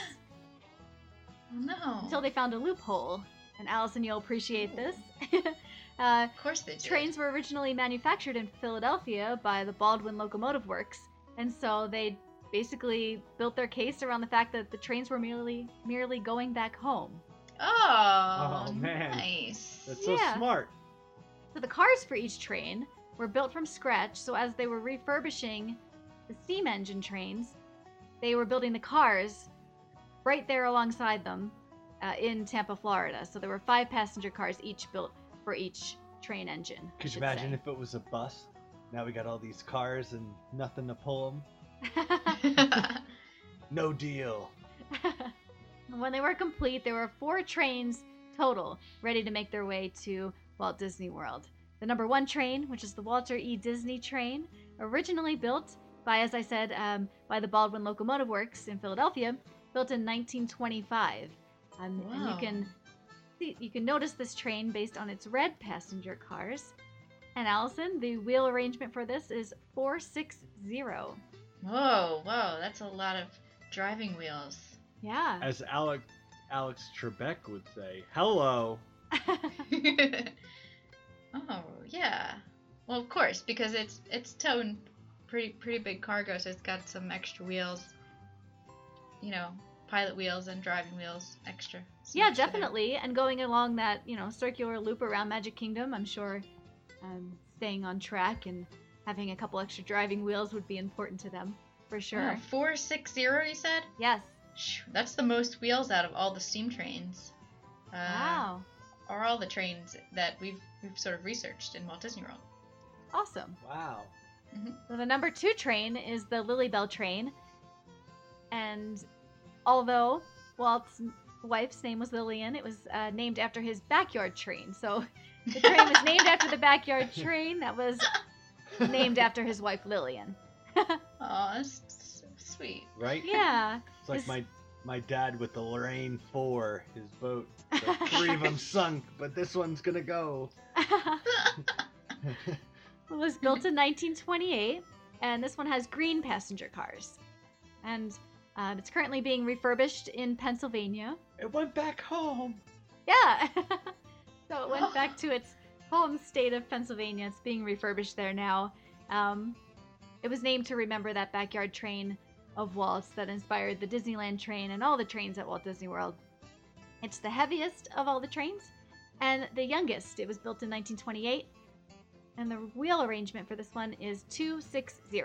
E: Oh, No.
D: until they found a loophole. And Allison, you'll appreciate this. uh,
E: of course they did.
D: Trains were originally manufactured in Philadelphia by the Baldwin Locomotive Works, and so they basically built their case around the fact that the trains were merely merely going back home.
E: Oh,
F: Oh, man.
E: nice.
F: That's so
D: Yeah.
F: smart.
D: So the cars for each train were built from scratch, so as they were refurbishing the steam engine trains, they were building the cars right there alongside them uh, in Tampa, Florida. So there were five passenger cars each built for each train engine. I
F: Could you
D: should
F: imagine
D: say.
F: if it was a bus? Now we got all these cars and nothing to pull them. No deal.
D: when they were complete, there were four trains total ready to make their way to Walt Disney World. The number one train, which is the Walter E. Disney train, originally built by, as I said, um, by the Baldwin Locomotive Works in Philadelphia, built in 1925. Um, And
E: Wow.
D: you can see, you can notice this train based on its red passenger cars. And Allison, the wheel arrangement for this is 460.
E: whoa, whoa, that's a lot of driving wheels.
D: Yeah.
F: As Alex Alex Trebek would say, "Hello."
E: oh, yeah. Well, of course, because it's it's towing pretty pretty big cargo, so it's got some extra wheels. You know, pilot wheels and driving wheels extra. some
D: Yeah,
E: extra there.
D: definitely. And going along that, you know, circular loop around Magic Kingdom, I'm sure um, staying on track and having a couple extra driving wheels would be important to them for sure.
E: Wow, Oh, Four six zero, you said.
D: Yes.
E: Shh, That's the most wheels out of all the steam trains. Uh,
D: Wow.
E: Or all the trains that we've we've sort of researched in Walt Disney World.
D: Awesome.
F: Wow.
D: So the number two train is the Lily Bell train. And although Walt's wife's name was Lillian, it was uh, named after his backyard train. So the train was named after the backyard train that was named after his wife, Lillian.
E: Aw, that's so sweet.
F: Right?
D: Yeah.
F: It's like
D: This-
F: my my dad with the Lorraine Four, his boat. The three of them sunk, but this one's gonna go.
D: It was built in 1928, and this one has green passenger cars. And um, it's currently being refurbished in Pennsylvania.
F: it went back home.
D: Yeah! so it went back to its home state of Pennsylvania. It's being refurbished there now. Um, it was named to remember that backyard train of Walt's that inspired the Disneyland train and all the trains at Walt Disney World. It's the heaviest of all the trains and the youngest. It was built in 1928, and the wheel arrangement for this one is 260.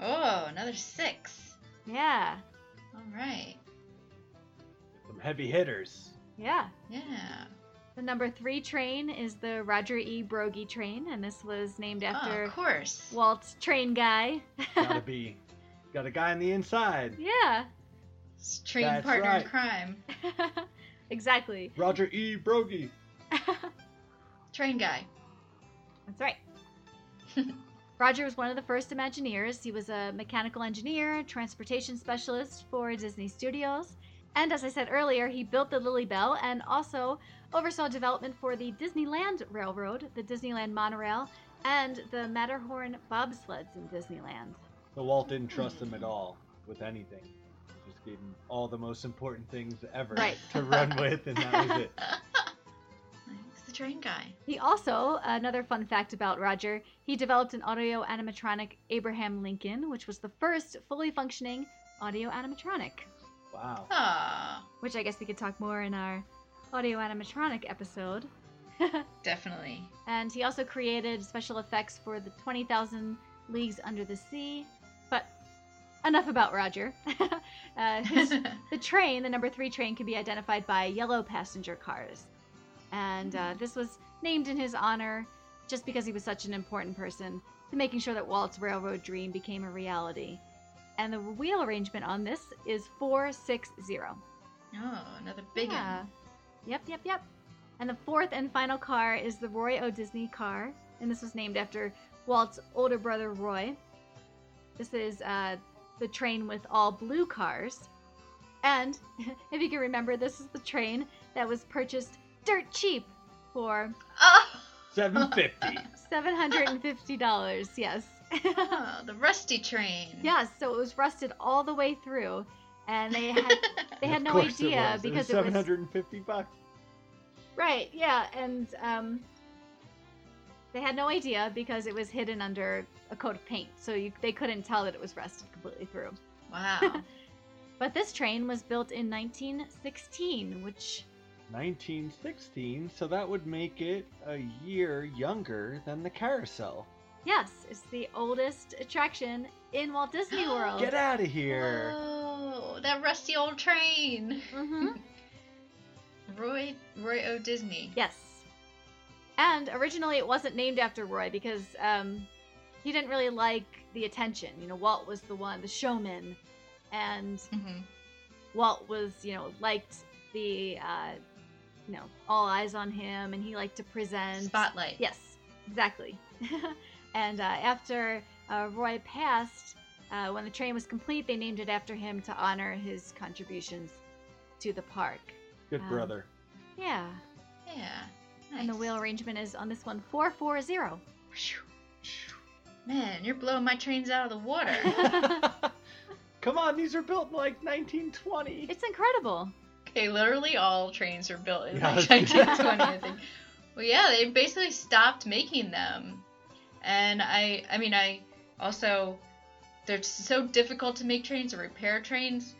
E: Oh, another six.
D: Yeah,
E: All right.
F: Some heavy hitters.
D: yeah.
E: Yeah.
D: The number three train is the Roger E. Brogy train, and this was named
E: oh,
D: after
E: of course.
D: Walt's train guy.
F: Gotta be. Got a guy on the inside.
D: yeah,
E: It's Train
F: That's
E: partner
F: right.
E: in crime.
D: exactly.
F: Roger E. Brogy.
E: Train guy.
D: That's right. Roger was one of the first Imagineers. He was a mechanical engineer, transportation specialist for Disney Studios. And as I said earlier, he built the Lily Bell and also oversaw development for the Disneyland Railroad, the Disneyland Monorail, and the Matterhorn bobsleds in Disneyland.
F: So Walt didn't trust him at all with anything. Just gave him all the most important things ever
D: Right.
F: to run with, and that was it.
E: It's the train guy.
D: He also, another fun fact about Roger, he developed an audio animatronic Abraham Lincoln, which was the first fully functioning audio animatronic.
F: Wow.
E: Ah,
D: which I guess we could talk more in our audio animatronic episode.
E: definitely.
D: And he also created special effects for the 20,000 Leagues Under the Sea. But enough about Roger. uh, his, the train, the number three train, can be identified by yellow passenger cars. And uh, this was named in his honor just because he was such an important person to making sure that Walt's railroad dream became a reality. and the wheel arrangement on this is 460.
E: Oh, another big
D: Yeah.
E: one.
D: Yep, yep, yep. And the fourth and final car is the Roy O. Disney car, and this was named after Walt's older brother Roy. This is uh, the train with all blue cars. And if you can remember, this is the train that was purchased dirt cheap for
E: Oh,
F: Seven fifty.
D: $750. Yes.
E: oh, the rusty train.
D: yeah, so it was rusted all the way through, and they had they had no idea because it
F: seven
D: was
F: hundred and fifty bucks.
D: Right, yeah, and um, they had no idea because it was hidden under a coat of paint, so you, they couldn't tell that it was rusted completely through.
E: Wow.
D: But this train was built in 1916, which,
F: Nineteen sixteen. So that would make it a year younger than the carousel.
D: yes, is the oldest attraction in Walt Disney World.
F: Get out of here.
E: Whoa, that rusty old train.
D: hmm
E: Roy Roy O Disney.
D: Yes. And originally it wasn't named after Roy because um, he didn't really like the attention. You know, Walt was the one, the showman, and
E: hmm
D: Walt was, you know, liked the, uh, you know, all eyes on him, and he liked to present.
E: Spotlight.
D: Yes, exactly. and uh, after uh, Roy passed, uh, when the train was complete, they named it after him to honor his contributions to the park.
F: Good
D: um,
F: brother.
D: Yeah,
E: Yeah.
D: and the
E: nice.
D: wheel arrangement is on this one four four zero.
E: Phew. Man, you're blowing my trains out of the water.
F: Come on, these are built in like 1920.
D: It's incredible.
E: okay, literally all trains were built in
F: Yeah.
E: like 1920. I think. Well, yeah, they basically stopped making them, and I, I mean, I also they're just so difficult to make trains or repair trains.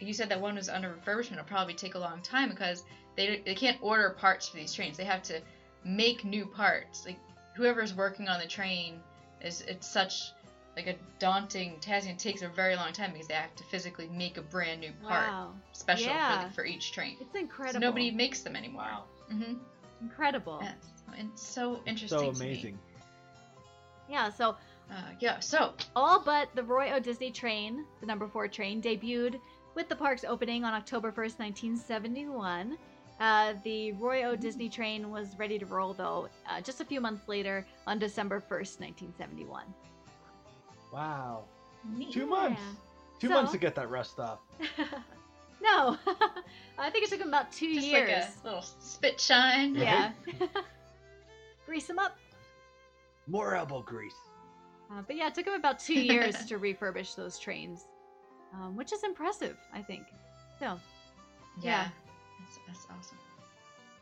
E: You said that one was under refurbishment. It'll probably take a long time because they they can't order parts for these trains. They have to make new parts. Like whoever's working on the train is it's such like a daunting task and it takes a very long time because they have to physically make a brand new part
D: Wow,
E: special
D: Yeah.
E: for, for each train.
D: it's incredible.
E: So nobody makes them anymore. hmm
D: incredible.
E: Yes. And it's so interesting.
F: So
E: to me.
F: amazing.
D: yeah so
E: Uh, yeah. So
D: All but the Roy O. Disney train, the number four train, debuted with the park's opening on October 1st, 1971. Uh, the Roy O. Disney train was ready to roll, though, uh, just a few months later on December 1st, 1971.
F: Wow.
E: neat.
F: Two months. Two
D: So-
F: months to get that rust off.
D: no, I think it took them about two
E: Just
D: years.
E: like a little spit shine.
D: Yeah. Grease them up.
F: More elbow grease.
D: Uh, but yeah, it took them about two years to refurbish those trains, um, which is impressive, I think. So, Yeah.
E: Yeah. That's, that's awesome.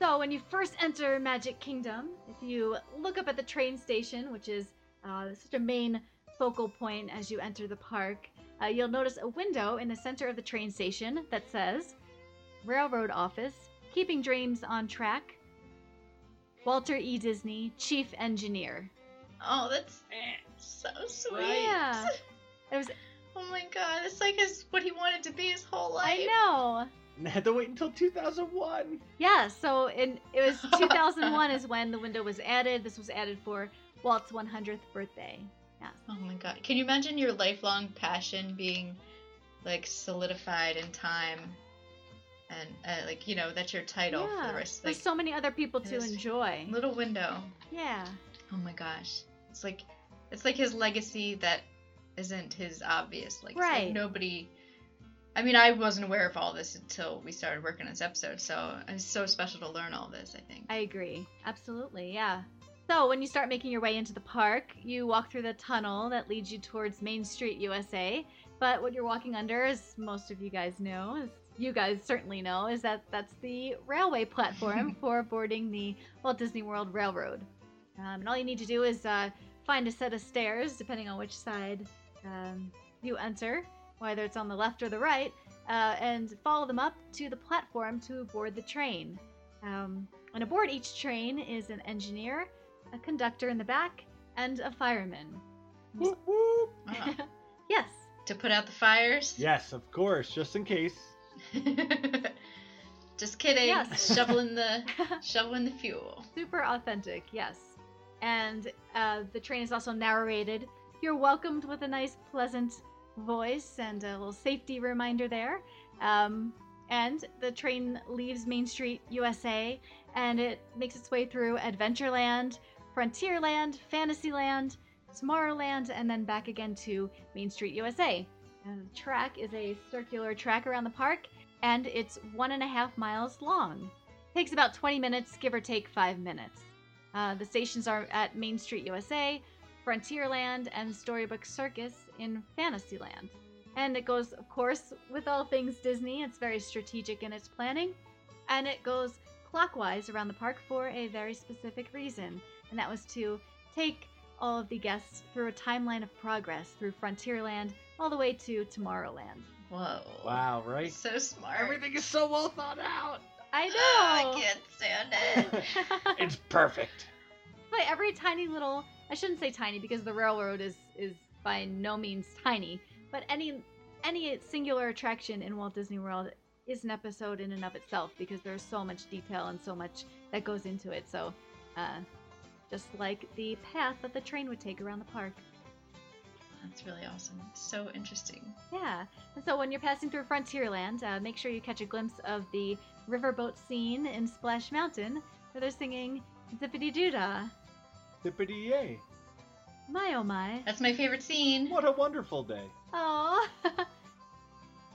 D: So, when you first enter Magic Kingdom, if you look up at the train station, which is uh, such a main focal point as you enter the park, uh, you'll notice a window in the center of the train station that says Railroad Office, Keeping Dreams on Track, Walter E. Disney, Chief Engineer.
E: Oh, that's so sweet.
D: Yeah. It was,
E: Oh my God, that's like his, what he wanted to be his whole life.
D: I know.
F: And had to wait until 2001.
D: Yeah, so in, it was 2001 is when the window was added. This was added for Walt's 100th birthday.
E: Oh my god. Can you imagine your lifelong passion being like solidified in time and uh, like you know that's your title for
D: Yeah,
E: the rest like
D: There's so many other people to
E: it was
D: enjoy.
E: little window.
D: Yeah.
E: Oh my gosh. It's like it's like his legacy that isn't his obvious like, it's like
D: Right.
E: nobody I mean I wasn't aware of all this until we started working on this episode so it's so special to learn all this I think.
D: I agree. Absolutely, yeah. So, when you start making your way into the park, you walk through the tunnel that leads you towards Main Street, USA. But what you're walking under, as most of you guys know, as you guys certainly know, is that that's the railway platform for boarding the Walt Disney World Railroad. Um, and all you need to do is uh, find a set of stairs, depending on which side um, you enter, whether it's on the left or the right, uh, and follow them up to the platform to board the train. Um, and aboard each train is an engineer, a conductor in the back, and a fireman.
F: Whoop, whoop.
E: Wow.
D: yes.
E: to put out the fires.
F: Yes, of course, just in case.
E: Just kidding.
D: Yes.
E: Shoveling the shoveling the fuel.
D: Super authentic, yes. And uh, the train is also narrated. You're welcomed with a nice, pleasant voice and a little safety reminder there. Um, and the train leaves Main Street, USA, and it makes its way through Adventureland, Frontierland, Fantasyland, Tomorrowland, and then back again to Main Street, USA. And the track is a circular track around the park, and it's one and a half miles long. takes about 20 minutes, give or take five minutes. Uh, the stations are at Main Street, USA, Frontierland, and Storybook Circus in Fantasyland. And it goes, of course, with all things Disney, it's very strategic in its planning. And it goes clockwise around the park for a very specific reason, and that was to take all of the guests through a timeline of progress through Frontierland all the way to Tomorrowland.
E: Whoa.
F: Wow, right?
E: So smart.
B: Everything is so well thought out.
D: I know!
E: Ah, I can't stand it.
F: It's perfect.
D: But every tiny little I shouldn't say tiny because the railroad is is by no means tiny, but any any singular attraction in Walt Disney World is an episode in and of itself because there's so much detail and so much that goes into it. So, uh, just like the path that the train would take around the park.
E: That's really awesome. So interesting.
D: Yeah. And so when you're passing through Frontierland, uh, make sure you catch a glimpse of the riverboat scene in Splash Mountain where they're singing Zippity Doo Dah.
F: Zippity yay.
D: My oh my.
E: That's my favorite scene.
F: What a wonderful day.
D: Aw.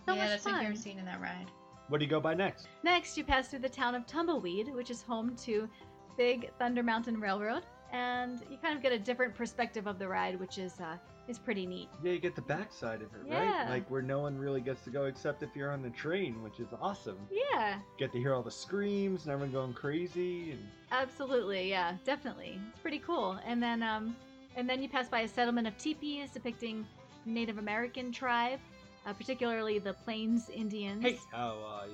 D: so
E: yeah,
D: much
E: that's my
D: fun.
E: favorite scene in that ride.
F: What do you go by next?
D: Next, you pass through the town of Tumbleweed, which is home to Big Thunder Mountain Railroad, and you kind of get a different perspective of the ride, which is uh, is pretty neat.
F: Yeah, you get the backside of it,
D: Yeah.
F: right? Like where no one really gets to go except if you're on the train, which is awesome.
D: Yeah,
F: Get to hear all the screams and everyone going crazy and
D: absolutely. Yeah, definitely. It's pretty cool. And then um, and then you pass by a settlement of teepees depicting Native American tribe, uh, particularly the Plains Indians.
F: hey, oh uh,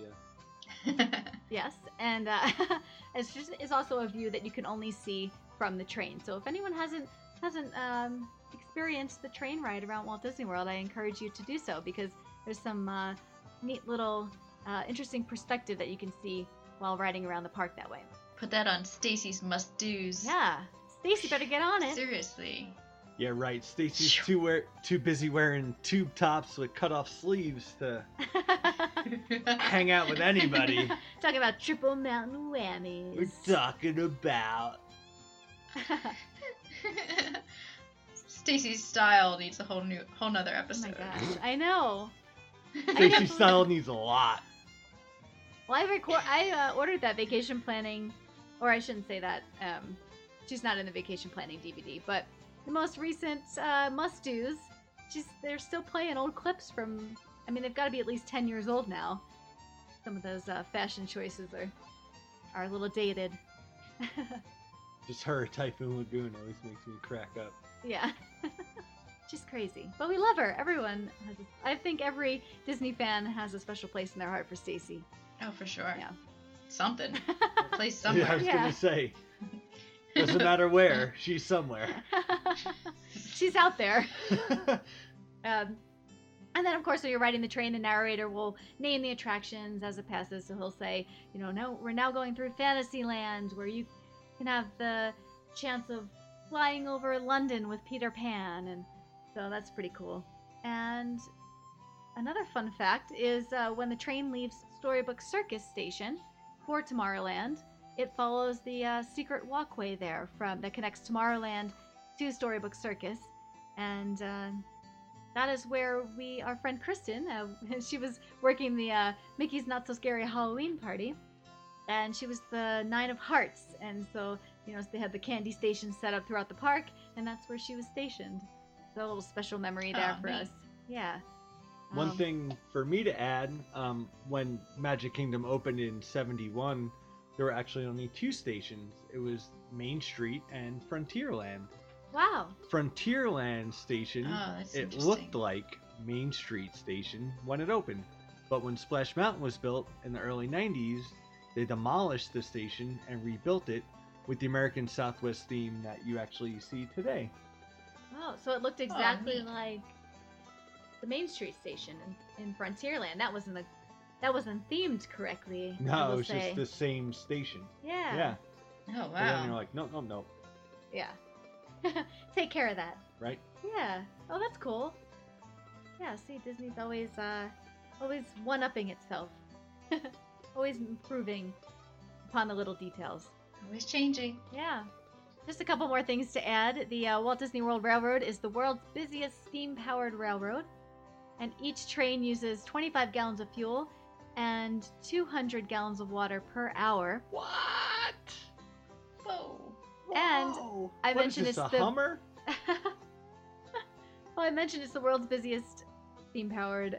F: yeah.
D: Yes, and uh, it's just is also a view that you can only see from the train. So if anyone hasn't hasn't um, experienced the train ride around Walt Disney World, I encourage you to do so because there's some uh, neat little uh, interesting perspective that you can see while riding around the park that way.
E: Put that on Stacy's must dos.
D: Yeah, Stacy, better get on it.
E: Seriously.
F: Yeah, right. Stacy's
E: Phew.
F: too wear too busy wearing tube tops with cut off sleeves to hang out with anybody.
D: Talking about triple mountain whammies.
F: We're talking about
D: Oh
E: Stacy's style needs a whole new, whole nother
D: oh my
E: episode.
D: gosh, I know. I
F: Stacy
D: can't
F: style needs a lot.
D: Well, I record. I uh, ordered that vacation planning, or I shouldn't say that. Um, she's not in the vacation planning DVD, but the most recent uh, must dos. She's they're still playing old clips from. I mean, they've got to be at least ten years old now. Some of those uh, fashion choices are are a little dated.
F: Just her Typhoon Lagoon always makes me crack up.
D: Yeah. She's crazy. But we love her. Everyone has a, I think every Disney fan has a special place in their heart for Stacy.
E: Oh, for sure.
D: Yeah.
E: Something. Place
F: Yeah, I
E: somewhere.
F: was
D: Yeah.
F: gonna say. Doesn't matter where, she's somewhere.
D: She's out there. Um, and then, of course, when you're riding the train, the narrator will name the attractions as it passes. So he'll say, you know, no, we're now going through Fantasyland, where you can have the chance of flying over London with Peter Pan, and so that's pretty cool. And another fun fact is uh, when the train leaves Storybook Circus Station for Tomorrowland, it follows the uh, secret walkway there from that connects Tomorrowland to Storybook Circus, and. Uh, that is where we, our friend Kristen, uh, she was working the uh, Mickey's Not So Scary Halloween party, and she was the Nine of Hearts, and so you know they had the candy station set up throughout the park, and that's where she was stationed. So a little special memory there
E: Aw,
D: for
E: neat.
D: us. Yeah.
F: One
D: Um,
F: thing for me to add, um, when Magic Kingdom opened in 71, there were actually only two stations. It was Main Street and Frontierland.
D: Wow.
F: Frontierland Station,
E: Oh, that's
F: it
E: interesting.
F: looked like Main Street Station when it opened. But when Splash Mountain was built in the early 90s, they demolished the station and rebuilt it with the American Southwest theme that you actually see today.
D: Oh, so it looked exactly
E: neat.
D: like the Main Street station in, in Frontierland. That wasn't the, that wasn't themed correctly. I
F: No,
D: will
F: it was
D: say.
F: just the same station.
D: Yeah.
F: Yeah.
E: Oh
F: But then you're
E: wow.
F: like, no, no, no,
D: Yeah. Take care of that.
F: right?
D: Yeah. Oh, that's cool. Yeah, see, Disney's always uh, always one upping itself, always improving upon the little details.
E: Always changing.
D: Yeah. Just a couple more things to add. The uh, Walt Disney World Railroad is the world's busiest steam powered railroad, and each train uses 25 gallons of fuel and 200 gallons of water per hour.
B: What?
E: Whoa.
D: And
F: Whoa.
D: I
F: What is
D: mentioned
F: this,
D: it's
F: a
D: the-
F: Hummer.
D: well, I mentioned it's the world's busiest steam powered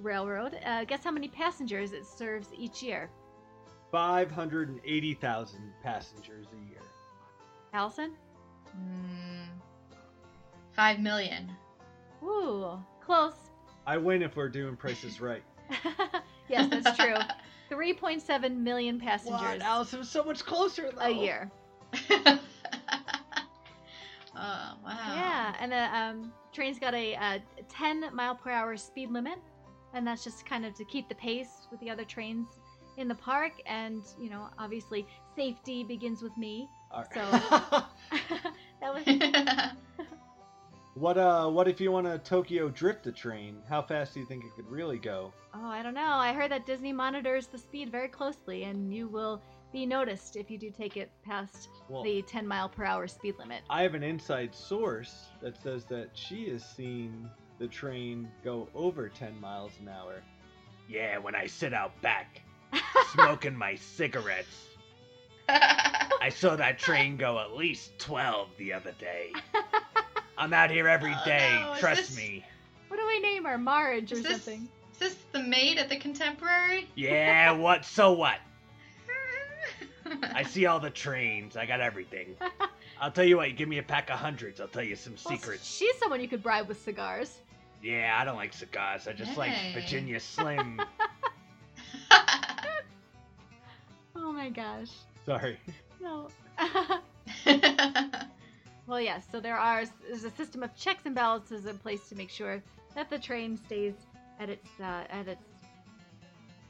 D: railroad. Uh, guess how many passengers it serves each year?
F: Five hundred and eighty thousand passengers a year.
D: Allison?
E: Mm, Five million.
D: Ooh, close.
F: I win if we're doing prices right.
D: yes, that's true. 3.7 million
F: What?
D: passengers
F: Allison was so much closer though.
D: a year.
E: oh wow.
D: Yeah, and the um, train's got a, uh 10 mile per hour speed limit, and that's just kind of to keep the pace with the other trains in the park. And you know, obviously, safety begins with me.
F: All right.
D: So- that was
F: what uh? What if you want to Tokyo drift a train? How fast do you think it could really go?
D: oh, I don't know. I heard that Disney monitors the speed very closely, and you will be noticed if you do take it past
F: Well,
D: the 10 mile per hour speed limit.
F: I have an inside source that says that she has seen the train go over 10 miles an hour. Yeah, when I sit out back, smoking my cigarettes. I saw that train go at least 12 the other day. I'm out here every
E: Oh,
F: day,
E: no, is
F: trust
E: this-
F: me.
D: What do I name her? Marge or
E: Is this-
D: something?
E: Is this the maid at the contemporary?
F: Yeah, what? So what? I see all the trains. I got everything. I'll tell you what, you give me a pack of hundreds, I'll tell you some
D: Well,
F: secrets.
D: she's someone you could bribe with cigars.
F: Yeah, I don't like cigars. I just
E: Hey.
F: like Virginia Slim.
D: Oh my gosh.
F: Sorry.
D: No. well, yes. So there are there's a system of checks and balances in place to make sure that the train stays at its uh, at its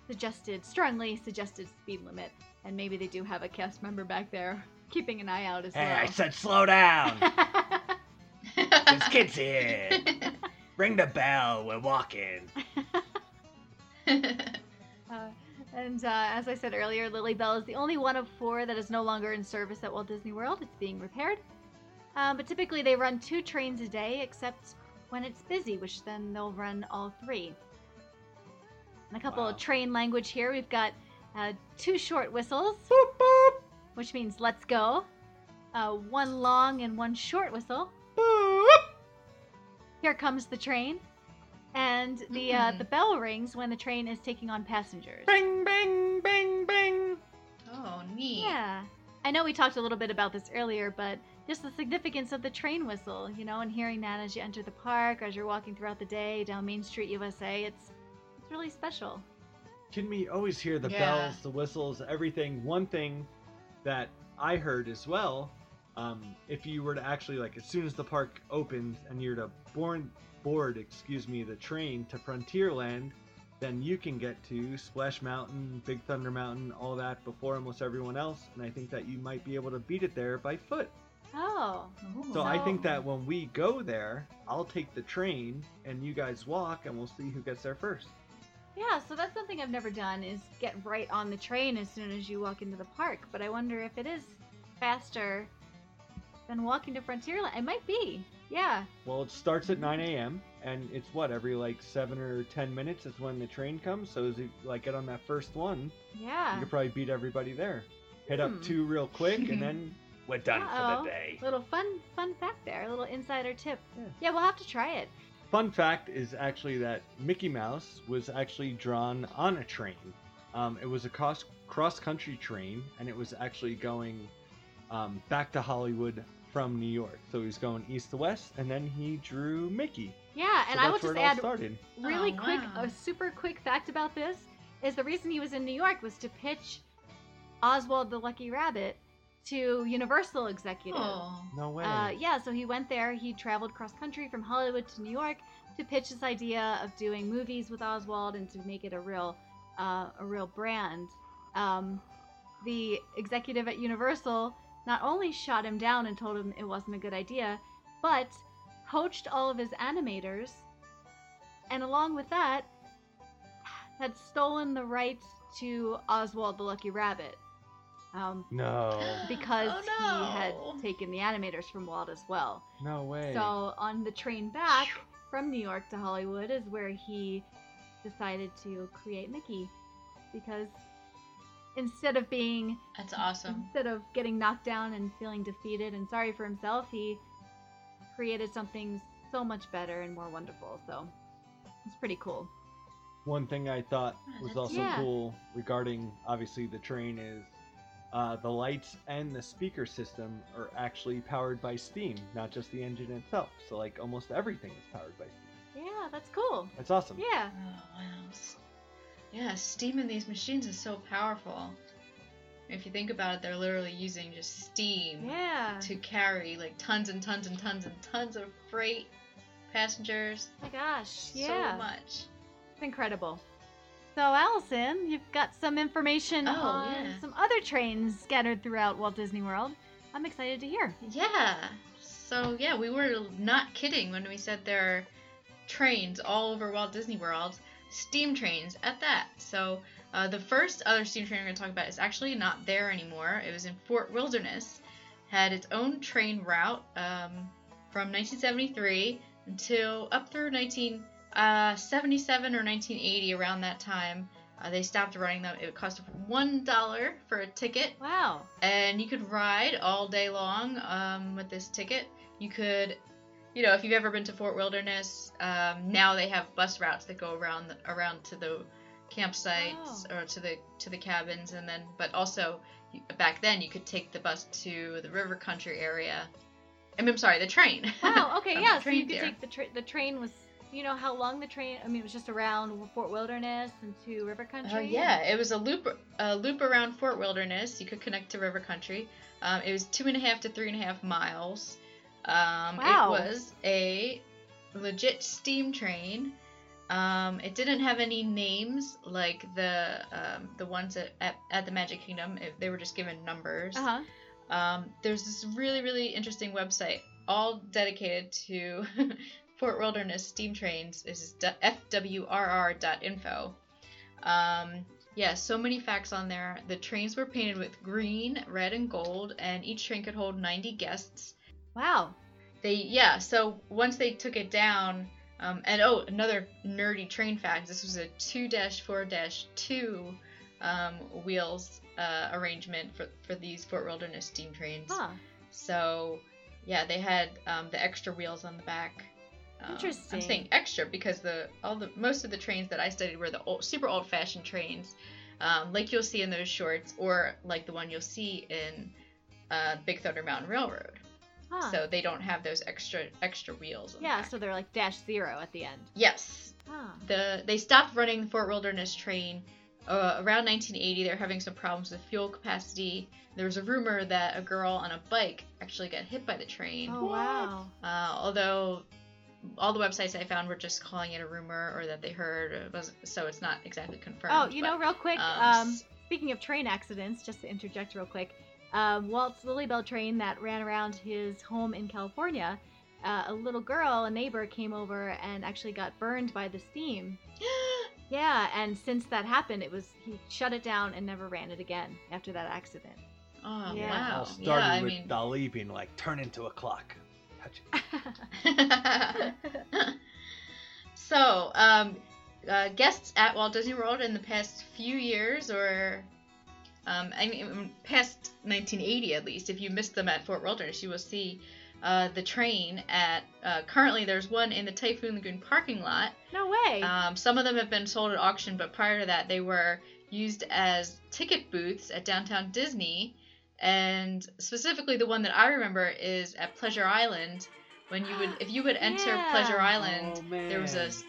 D: suggested, strongly suggested speed limit. And maybe they do have a cast member back there keeping an eye out as
F: Hey,
D: well.
F: I said slow down. This kid's here. Ring the bell. We're walking.
D: Uh, and uh, as I said earlier, Lily Bell is the only one of four that is no longer in service at Walt Disney World. It's being repaired. Um, but typically they run two trains a day, except when it's busy, which then they'll run all three. And a couple
F: Wow.
D: of train language here. We've got uh, two short whistles, which means let's go, uh, one long and one short whistle. Here comes the train. And the uh,
E: Mm.
D: the bell rings when the train is taking on passengers.
F: Bing, bing, bing, bing.
E: oh, neat.
D: Yeah. I know we talked a little bit about this earlier, but just the significance of the train whistle, you know, and hearing that as you enter the park, as you're walking throughout the day down Main Street, USA, it's it's really special.
F: Can we always hear the
E: Yeah.
F: bells, the whistles, everything? One thing that I heard as well, um, if you were to actually like, as soon as the park opens and you're to board, board, excuse me, the train to Frontierland, then you can get to Splash Mountain, Big Thunder Mountain, all that before almost everyone else, and I think that you might be able to beat it there by foot.
D: Oh.
E: Ooh.
F: So I think that when we go there, I'll take the train and you guys walk and we'll see who gets there first.
D: Yeah, so that's something I've never done is get right on the train as soon as you walk into the park, but I wonder if it is faster than walking to Frontierland. It might be. Yeah.
F: Well, it starts at 9 a.m. and it's what every like seven or ten minutes is when the train comes. So as you like get on that first one, you
D: Yeah.
F: could probably beat everybody there. Hit
D: Hmm.
F: up two real quick and then we're done
D: Uh-oh.
F: for the day.
D: Little fun fun fact there, a little insider tip.
F: Yeah.
D: yeah we'll have to try it.
F: Fun fact is actually that Mickey Mouse was actually drawn on a train. Um, it was a cross cross country train, and it was actually going um, back to Hollywood from New York. So he was going east to west, and then he drew Mickey.
D: Yeah,
F: So
D: and I will
F: that's where
D: just
F: it all
D: add
F: started.
D: really
E: Oh,
D: quick,
E: wow.
D: a super quick fact about this is the reason he was in New York was to pitch Oswald the Lucky Rabbit to Universal executives.
E: Oh.
F: No way.
D: Uh, yeah, so he went there. He traveled cross country from Hollywood to New York to pitch this idea of doing movies with Oswald and to make it a real, uh, a real brand. Um, the executive at Universal not only shot him down and told him it wasn't a good idea, but poached all of his animators And along with that, had stolen the rights to Oswald the Lucky Rabbit. Um,
F: No.
D: because
E: Oh, no.
D: he had taken the animators from Walt as well.
F: No way.
D: So on the train back from New York to Hollywood is where he decided to create Mickey because instead of being
E: That's awesome.
D: instead of getting knocked down and feeling defeated and sorry for himself, he created something so much better and more wonderful. So it's pretty cool.
F: One thing I thought
E: Oh,
F: was
E: that's
F: also
D: Yeah.
F: cool regarding obviously the train is uh, the lights and the speaker system are actually powered by steam, not just the engine itself. So like almost everything is powered by steam.
D: Yeah, that's cool.
F: That's awesome.
D: Yeah.
E: Oh, wow. S- Yeah, steam in these machines is so powerful. If you think about it, they're literally using just steam
D: Yeah.
E: to carry like tons and tons and tons and tons of freight, passengers,
D: my gosh. Yeah.
E: so much.
D: It's incredible. So, Allison, you've got some information
E: Oh,
D: on
E: yeah.
D: some other trains scattered throughout Walt Disney World. I'm excited to hear.
E: Yeah. So yeah, we were not kidding when we said there are trains all over Walt Disney World, steam trains at that. So uh, the first other steam train we're going to talk about is actually not there anymore. It was in Fort Wilderness, had its own train route um, from 1973 until up through 1977 or 1980. Around that time, uh, they stopped running them. It cost one dollar for a ticket
D: Wow.
E: and you could ride all day long um, with this ticket. You could, you know, if you've ever been to Fort Wilderness, um, now they have bus routes that go around the, around to the campsites or to the to the cabins, and then but also you- back then you could take the bus to the river country area. I mean, I'm sorry, the train.
D: Wow. Okay.
E: From
D: yeah.
E: the
D: So you
E: train
D: could
E: there.
D: take the train. The train was. You know how long the train? I mean, it was just around Fort Wilderness and to River Country.
E: Oh yeah, it was a loop a loop around Fort Wilderness. You could connect to River Country. Um, it was two and a half to three and a half miles. Um,
D: Wow.
E: It was a legit steam train. Um, it didn't have any names like the um, the ones at, at, at the Magic Kingdom. It, they were just given numbers.
D: Uh huh.
E: Um, there's this really, really interesting website, all dedicated to Fort Wilderness steam trains. This is d- fwrr.info. Um, yeah, so many facts on there. The trains were painted with green, red, and gold, and each train could hold 90 guests
D: Wow.
E: they yeah so once they took it down um, and oh another nerdy train fact this was a 2-4-2 um, wheels uh, arrangement for, for these fort wilderness steam trains
D: Huh.
E: so yeah they had um, the extra wheels on the back Um,
D: Interesting.
E: i'm saying extra because the all the most of the trains that i studied were the old, super old fashioned trains um, like you'll see in those shorts or like the one you'll see in uh, big thunder mountain railroad
D: Huh.
E: so they don't have those extra extra wheels. on the
D: yeah.
E: back.
D: So they're like dash zero at the end.
E: yes,
D: Huh.
E: the they stopped running the Fort Wilderness train uh, around 1980. They were having some problems with fuel capacity. There was a rumor that a girl on a bike actually got hit by the train.
D: Oh wow.
E: Uh, although all the websites I found were just calling it a rumor or that they heard, or it was, so it's not exactly confirmed.
D: Oh, you
E: but-
D: know, real quick.
E: um,
D: um, Speaking of train accidents, just to interject real quick, um, Walt's Lily Bell train that ran around his home in California, uh, a little girl, a neighbor, came over and actually got burned by the steam. Yeah, and since that happened, it was he shut it down and never ran it again after that accident.
E: Oh
D: Yeah.
E: wow!
F: All started
E: yeah, I
F: with
E: mean,
F: Dali being like, turn into a clock. Touch it.
E: so, um, uh, guests at Walt Disney World in the past few years, or um, I mean, past 1980 at least, if you missed them at Fort Wilderness, you will see uh, the train at. Uh, currently, there's one in the Typhoon Lagoon parking lot.
D: No way.
E: Um, some of them have been sold at auction, but prior to that, they were used as ticket booths at downtown Disney. And specifically, the one that I remember is at Pleasure Island. When you would, if you would enter
D: Yeah.
E: Pleasure Island,
F: Oh, man.
E: there was a s-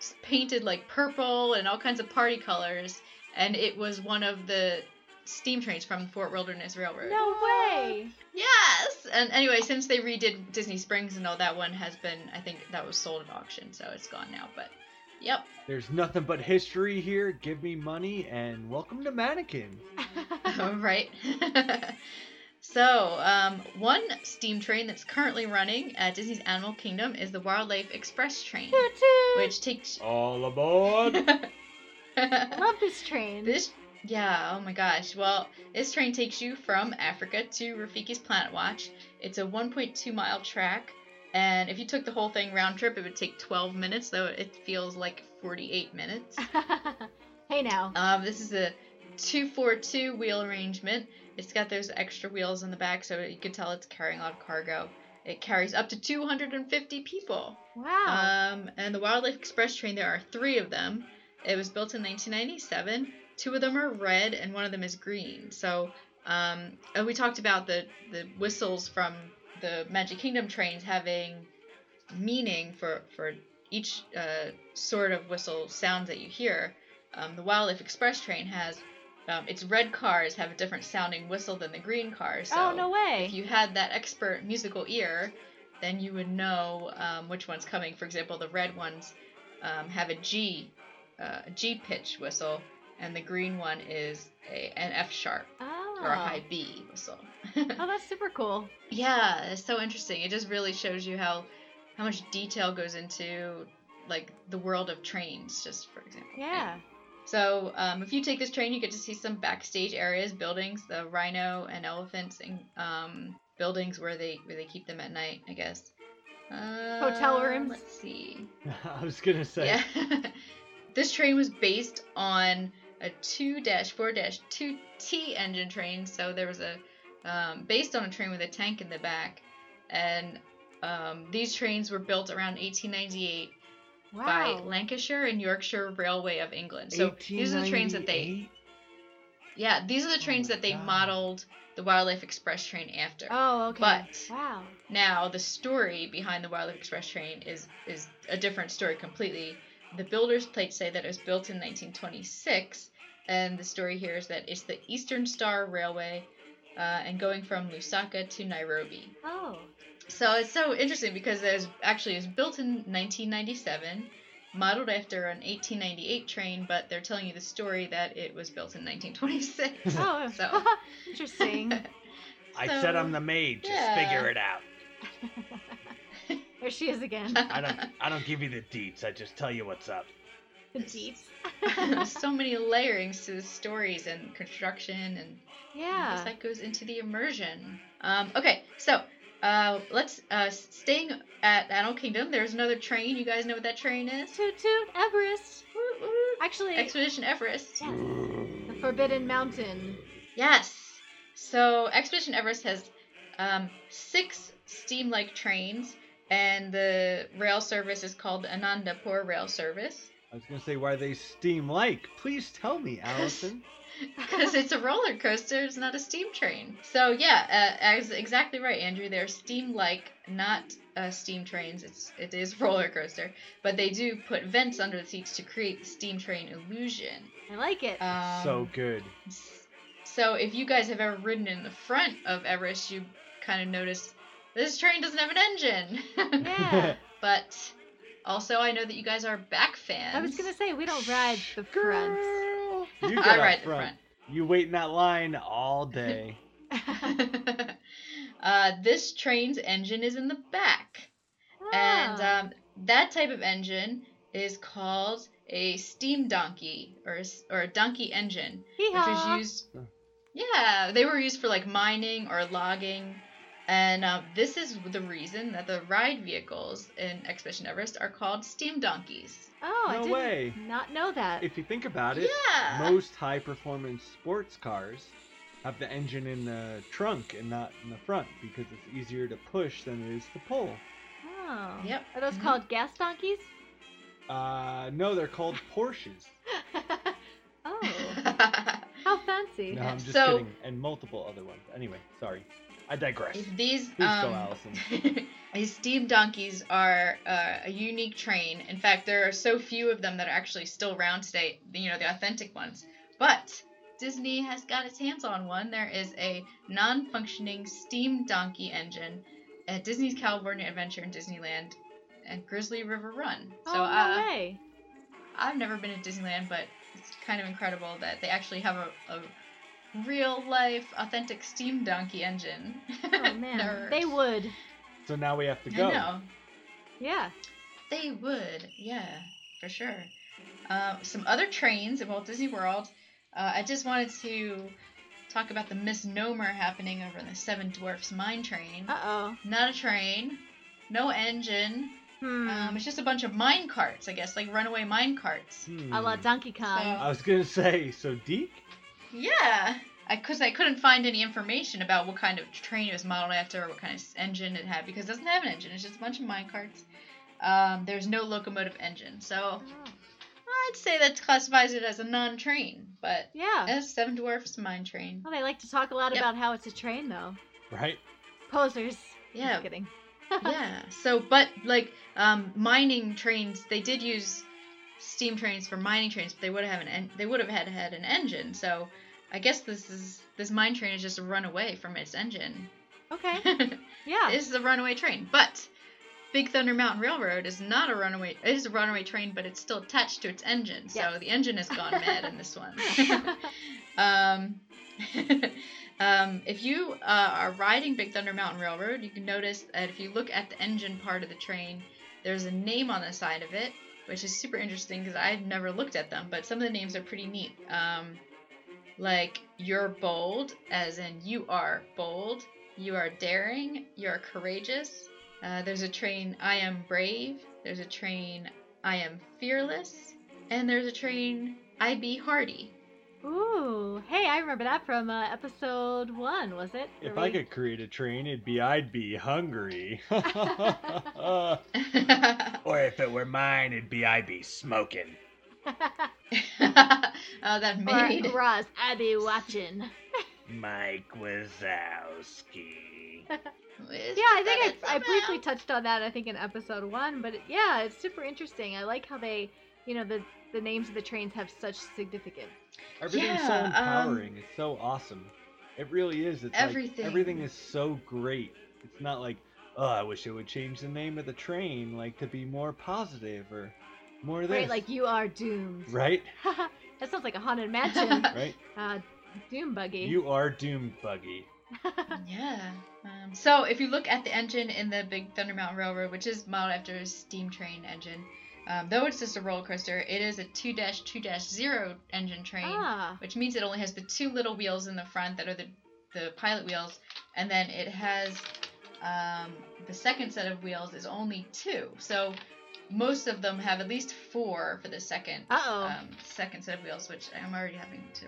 E: s- painted like purple and all kinds of party colors, and it was one of the steam trains from Fort Wilderness Railroad.
D: no way.
E: Yes. And anyway, since they redid Disney Springs and all that one has been, I think that was sold at auction, so it's gone now. But yep.
F: There's nothing but history here. Give me money and welcome to Mannequin.
E: right? So, um, one steam train that's currently running at Disney's Animal Kingdom is the Wildlife Express train,
D: Toot toot.
E: which takes.
F: All aboard!
D: I love this train.
E: This, yeah, oh my gosh. Well, this train takes you from Africa to Rafiki's Planet Watch. It's a 1.2 mile track, and if you took the whole thing round trip, it would take 12 minutes, though it feels like 48 minutes.
D: hey now.
E: Um, this is a 242 wheel arrangement. It's got those extra wheels on the back, so you can tell it's carrying a lot of cargo. It carries up to 250 people.
D: Wow.
E: Um, and the Wildlife Express train, there are three of them. It was built in 1997. Two of them are red, and one of them is green. So, um, and we talked about the the whistles from the Magic Kingdom trains having meaning for for each uh, sort of whistle sound that you hear. Um, the Wildlife Express train has um, its red cars have a different sounding whistle than the green cars. So
D: oh no way.
E: if you had that expert musical ear, then you would know um, which one's coming. For example, the red ones um, have a G, uh, a G pitch whistle, and the green one is a, an F sharp
D: oh.
E: or a high B whistle.
D: oh, that's super cool.
E: yeah, it's so interesting. It just really shows you how how much detail goes into like the world of trains. Just for example.
D: Yeah.
E: So um, if you take this train, you get to see some backstage areas, buildings, the rhino and elephants, and um, buildings where they where they keep them at night, I guess. Uh,
D: Hotel rooms?
E: Let's see.
F: I was gonna say.
E: Yeah. this train was based on a 2-4-2T engine train, so there was a um, based on a train with a tank in the back, and um, these trains were built around 1898 by
D: Wow.
E: Lancashire and Yorkshire Railway of England. So these are the trains that they
F: 1898?
E: yeah, these are the
F: Oh
E: trains
F: my
E: that they
F: God.
E: modeled the Wildlife Express train after.
D: Oh okay.
E: But-
D: wow.
E: Now, the story behind the Wildlife Express train is is a different story completely. The builder's plates say that it was built in 1926, and the story here is that it's the Eastern Star Railway, uh, and going from Lusaka to Nairobi.
D: Oh.
E: So it's so interesting because it was actually it was built in 1997, modeled after an 1898 train, but they're telling you the story that it was built in 1926.
D: Oh.
E: So-
D: Interesting.
F: I
E: So-
F: said I'm the maid. Just
E: Yeah.
F: figure it out.
D: There she is again.
F: I don't. I don't give you the deets. I just tell you what's up.
D: The deets.
E: so many layerings to the stories and construction and I guess
D: Yeah.
E: that goes into the immersion. Um, okay, so uh, let's uh, staying at Animal Kingdom. There's another train. You guys know what that train is?
D: Toot toot Everest.
E: Woot, woot.
D: Actually,
E: Expedition Everest.
D: yes. the Forbidden Mountain.
E: Yes. So Expedition Everest has um, six steam-like trains, and the rail service is called Anandapur Rail Service
F: I was gonna say why they steam like. Please tell me, Allison.
E: because it's a roller coaster. It's not a steam train. So yeah, uh, as exactly right, Andrew. They're steam-like, not uh, steam trains. It's it is roller coaster, but they do put vents under the seats to create the steam train illusion.
D: I like it.
E: Um,
F: so good.
E: So if you guys have ever ridden in the front of Everest, you kind of notice this train doesn't have an engine.
D: yeah.
E: but also, I know that you guys are back fans.
D: I was gonna say we don't ride the front.
F: You
E: I
F: got
E: ride
F: up
E: the
F: front. You wait in that line all day.
E: front. uh, this train's engine is in the back, and
D: Ah.
E: um, that type of engine is called a steam donkey or a s or a donkey engine. which
D: Oh. Hee-haw.
E: was used. Yeah, they were used for like mining or logging, and uh, this is the reason that the ride vehicles in Expedition Everest are called steam donkeys.
D: Oh, I
F: No
D: did
F: way.
D: not know that.
F: If you think about it,
E: Yeah.
F: most high performance sports cars have the engine in the trunk and not in the front because it's easier to push than it is to pull.
D: Oh.
E: Yep.
D: Are those
E: Mhm.
D: called gas donkeys?
F: Uh, no, they're called Porsches.
D: oh, how fancy.
F: No, I'm just
E: So-
F: kidding. And multiple other ones. Anyway, sorry. I digress.
E: These
F: Please go,
E: um,
F: Allison.
E: these steam donkeys are uh, a unique train. In fact, there are so few of them that are actually still around today. You know, the authentic ones, but. Disney has got its hands on one. There is a non functioning steam donkey engine at Disney's California Adventure in Disneyland and Grizzly River Run.
D: oh,
E: So
D: no
E: uh,
D: way.
E: I've never been to Disneyland, but it's kind of incredible that they actually have a, a real life, authentic steam donkey engine.
D: Oh man,
E: Nerd.
D: they would.
F: So now we have to
E: I
F: go.
E: know.
D: Yeah.
E: They would, yeah, for sure. Uh, some other trains at Walt Disney World. Uh, I just wanted to talk about the misnomer happening over in the Seven Dwarfs Mine Train.
D: Uh oh.
E: Not a train, no engine.
D: Hmm.
E: Um, it's just a bunch of mine carts, I guess, like runaway mine carts.
F: Hmm.
D: a la Donkey Kong.
E: So-
F: I was gonna say, so Deke.
E: Yeah, I cause I couldn't find any information about what kind of train it was modeled after, or what kind of s- engine it had, because it doesn't have an engine. It's just a bunch of mine carts. Um, there's no locomotive engine, so I'd say that classifies it as a non-train, but
D: Yeah.
E: as Seven Dwarfs Mine Train.
D: Well, they like to talk a lot
E: Yep.
D: about how it's a train, though.
F: Right.
D: Posers.
E: Yeah,
D: Just kidding.
E: yeah. So, but like um, mining trains, they did use steam trains for mining trains, but they would have an en- they would have had had an engine. So, I guess this is this mine train is just a runaway from its engine.
D: Okay. Yeah.
E: This is a runaway train, but Big Thunder Mountain Railroad is not a runaway. It is a runaway train, but it's still attached to its engine, so
D: Yes.
E: the engine has gone mad in this one. um, um, if you uh, are riding Big Thunder Mountain Railroad, you can notice that if you look at the engine part of the train, there's a name on the side of it, which is super interesting because I've never looked at them, but some of the names are pretty neat. Um, like you're bold, as in you are bold, you are daring, you are courageous. Uh, there's a train, I am brave. There's a train, I am fearless. And there's a train, I be hardy.
D: Ooh. Hey, I remember that from uh, episode one, was it?
F: If
D: Where
F: I
D: we-
F: could create a train, it'd be I'd be hungry. or
E: Oh,
F: if it were mine, it'd be I'd be smoking.
E: oh, that made.
D: Or, Ross, I be watching.
F: Mike Wazowski.
D: Yeah, I think I, I briefly touched on that. I think in episode one, but it- yeah, it's super interesting. I like how they, you know, the the names of the trains have such significance.
F: Everything's
E: Yeah,
F: so
E: um,
F: empowering. it's so awesome. It really is. It's
E: Everything.
F: Like, everything is so great. It's not like, oh, I wish it would change the name of the train, like to be more positive or more this.
D: Right, like you are doomed.
F: Right?
D: that sounds like a haunted mansion.
F: Right?
D: uh, doom buggy.
F: you are doomed, Buggy.
E: Yeah. Um, so if you look at the engine in the Big Thunder Mountain Railroad, which is modeled after a steam train engine, um, though it's just a roller coaster, it is a 2-2-0 engine train.
D: ah,
E: which means it only has the two little wheels in the front that are the, the pilot wheels, and then it has um, the second set of wheels is only two. So most of them have at least four for the second
D: uh oh.
E: um, second set of wheels, which I'm already having to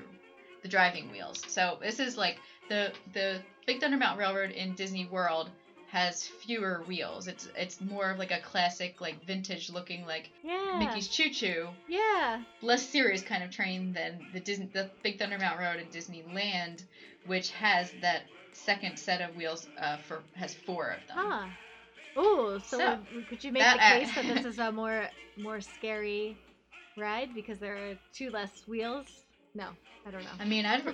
E: the driving wheels. So this is like the the Big Thunder Mountain Railroad in Disney World has fewer wheels. It's it's more of like a classic like vintage looking like
D: yeah.
E: Mickey's Choo Choo
D: Yeah.
E: less serious kind of train than the Disney, the Big Thunder Mountain Road in Disneyland, which has that second set of wheels uh, for has four of them.
D: Huh. Ooh, so,
E: So,
D: would- would- could you make the
E: that, uh,
D: case that this is a more more scary ride because there are two less wheels? No, I don't know.
E: I mean, I'd,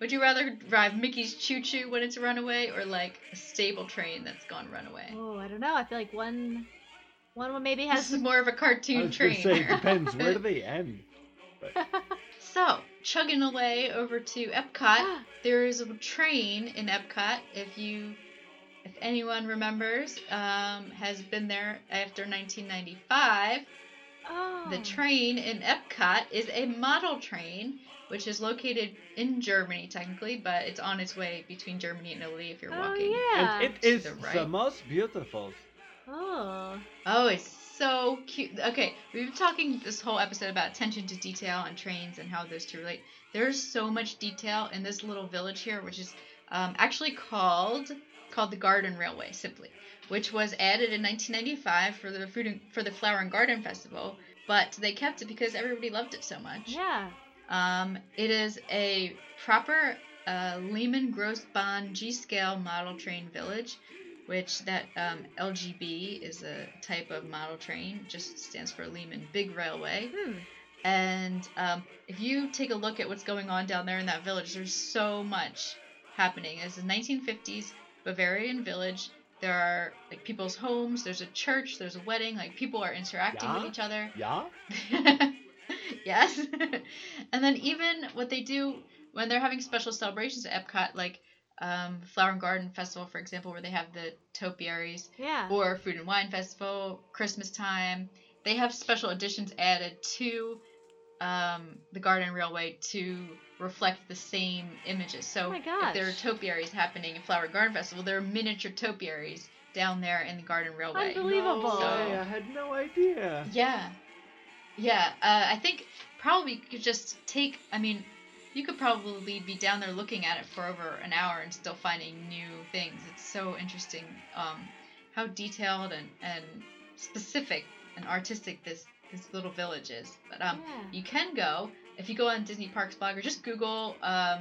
E: would you rather drive Mickey's Choo Choo when it's a runaway or like a stable train that's gone runaway?
D: Oh, I don't know. I feel like one one one maybe
E: This
D: has.
E: is more of a
F: I
E: cartoon
F: was gonna
E: train.
F: say, it depends. Where do they end?
E: so, chugging away over to Epcot, there is a train in Epcot. If you, if anyone remembers, um, has been there after 1995.
D: oh.
E: The train in Epcot is a model train, which is located in Germany technically, but it's on its way between Germany and Italy if you're
D: Oh
E: walking.
D: yeah.
F: And it is
E: the
F: the,
E: right.
F: most beautiful.
D: oh.
E: Oh, it's so cute. Okay, we've been talking this whole episode about attention to detail on trains and how those two relate. There's so much detail in this little village here, which is um, actually called called the Garden Railway simply, which was added in 1995 for the food and, for the Flower and Garden Festival. But they kept it because everybody loved it so much.
D: Yeah.
E: Um, it is a proper uh, Lehman Gross Bond G scale model train village, which that um, LGB is a type of model train, just stands for Lehman Big Railway.
D: Hmm.
E: And um, if you take a look at what's going on down there in that village, there's so much happening. It's a 1950s Bavarian village. There are like people's homes. There's a church. There's a wedding. Like people are interacting
F: Yeah.
E: with each other.
F: Yeah?
E: yes. and then even what they do when they're having special celebrations at Epcot, like um, Flower and Garden Festival, for example, where they have the topiaries,
D: Yeah.
E: or Food and Wine Festival, Christmas time, they have special additions added to um, the Garden Railway to reflect the same images. So
D: Oh my
E: if there are
D: gosh.
E: topiaries happening at Flower and Garden Festival, there are miniature topiaries down there in the Garden Railway.
D: Unbelievable.
F: No way, I had no idea.
E: Yeah. Yeah. Uh, I think probably you could just take, I mean, you could probably be down there looking at it for over an hour and still finding new things. It's so interesting um, how detailed and, and specific and artistic this, this little village is. But um,
D: Yeah.
E: you can go if you go on Disney Parks blog or just Google um,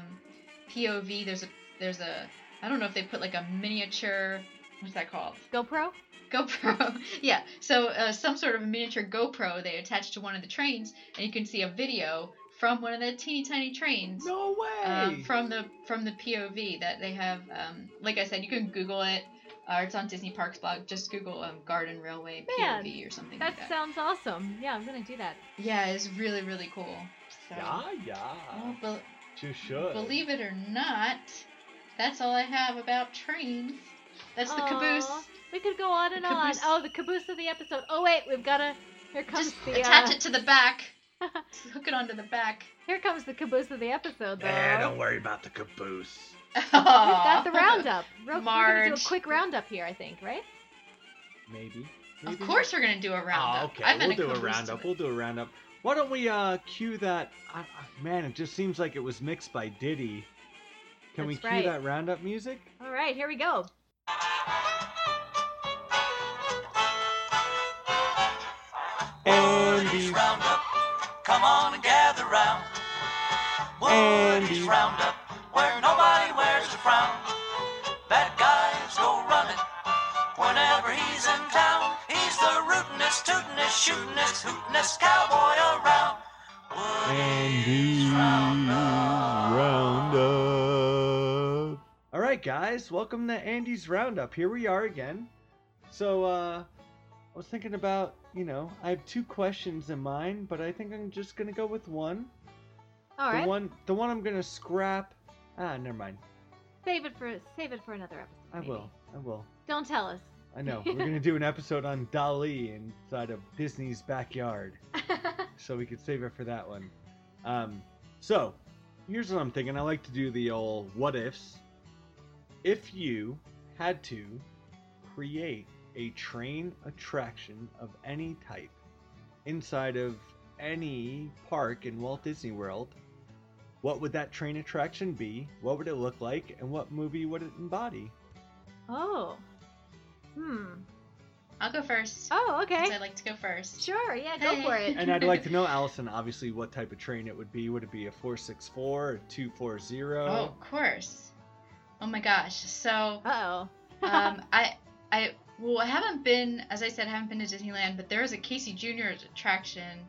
E: POV. There's a there's a I don't know if they put like a miniature what's that called
D: GoPro?
E: GoPro. yeah. So uh, some sort of a miniature GoPro they attach to one of the trains, and you can see a video from one of the teeny tiny trains
F: No way.
E: um, from the from the POV that they have. Um, like I said, you can Google it. Uh, it's on Disney Parks blog. Just Google um, Garden Railway
D: Man,
E: POV or something
D: That
E: like that.
D: sounds awesome. Yeah, I'm gonna do that.
E: yeah, it's really really cool. So,
F: yeah,
E: oh,
F: yeah.
E: but
F: You should.
E: Believe it or not, that's all I have about trains. That's the
D: Aw,
E: caboose.
D: We could go on
E: The
D: and on.
E: caboose.
D: Oh, the caboose of the episode. Oh wait, we've gotta. Here comes
E: Just
D: the.
E: attach
D: uh,
E: it to the back. Just hook it onto the back.
D: Here comes the caboose of the episode, though.
F: Eh, worry about the caboose.
D: We've got the roundup. We're, we're gonna do a
E: Marge.
D: quick roundup here, I think, right?
F: Maybe.
E: Of
F: Maybe.
E: course, we're gonna do a Ah, roundup.
F: Oh, okay.
E: I've been
F: we'll do a
E: caboose to
F: roundup.
E: it.
F: We'll do a roundup. Why don't we uh cue that? I, I- man, it just seems like it was mixed by Diddy. Can we
D: That's
F: cue
D: right.
F: that roundup music?
D: All right, here we go.
F: Andy's
G: Roundup, come on and gather round. Woody's
F: Andy.
G: Roundup, where nobody wears a frown. That guy's go running whenever he's in town. He's the rootinest, tootinest, shootinest, hootinest cowboy around.
F: Andy's Roundup. All right, guys, welcome to Andy's Roundup. Here we are again. So, uh, I was thinking about, you know, I have two questions in mind, but I think I'm just gonna go with one.
D: All
F: the
D: right,
F: one, the one I'm gonna scrap. Ah, never mind.
D: save it for save it for another episode.
F: I
D: maybe.
F: will. I will.
D: Don't tell us.
F: I know. We're gonna do an episode on Dali inside of Disney's backyard. so we could save it for that one. Um, so here's what I'm thinking. I like to do the old what ifs. If you had to create a train attraction of any type inside of any park in Walt Disney World, what would that train attraction be? What would it look like? And what movie would it embody?
D: oh. Hmm.
E: I'll go first.
D: Oh,
E: since I
D: okay.
E: like to go first.
D: Sure. Yeah, go for
E: Hey.
D: it.
F: And I'd like to know, Allison, obviously, what type of train it would be. Would it be a 464, a 240?
E: Oh, of course. Oh my gosh. So
D: Uh oh.
E: um, I, I, well, I haven't been, as I said, I haven't been to Disneyland, but there is a Casey Jr. attraction,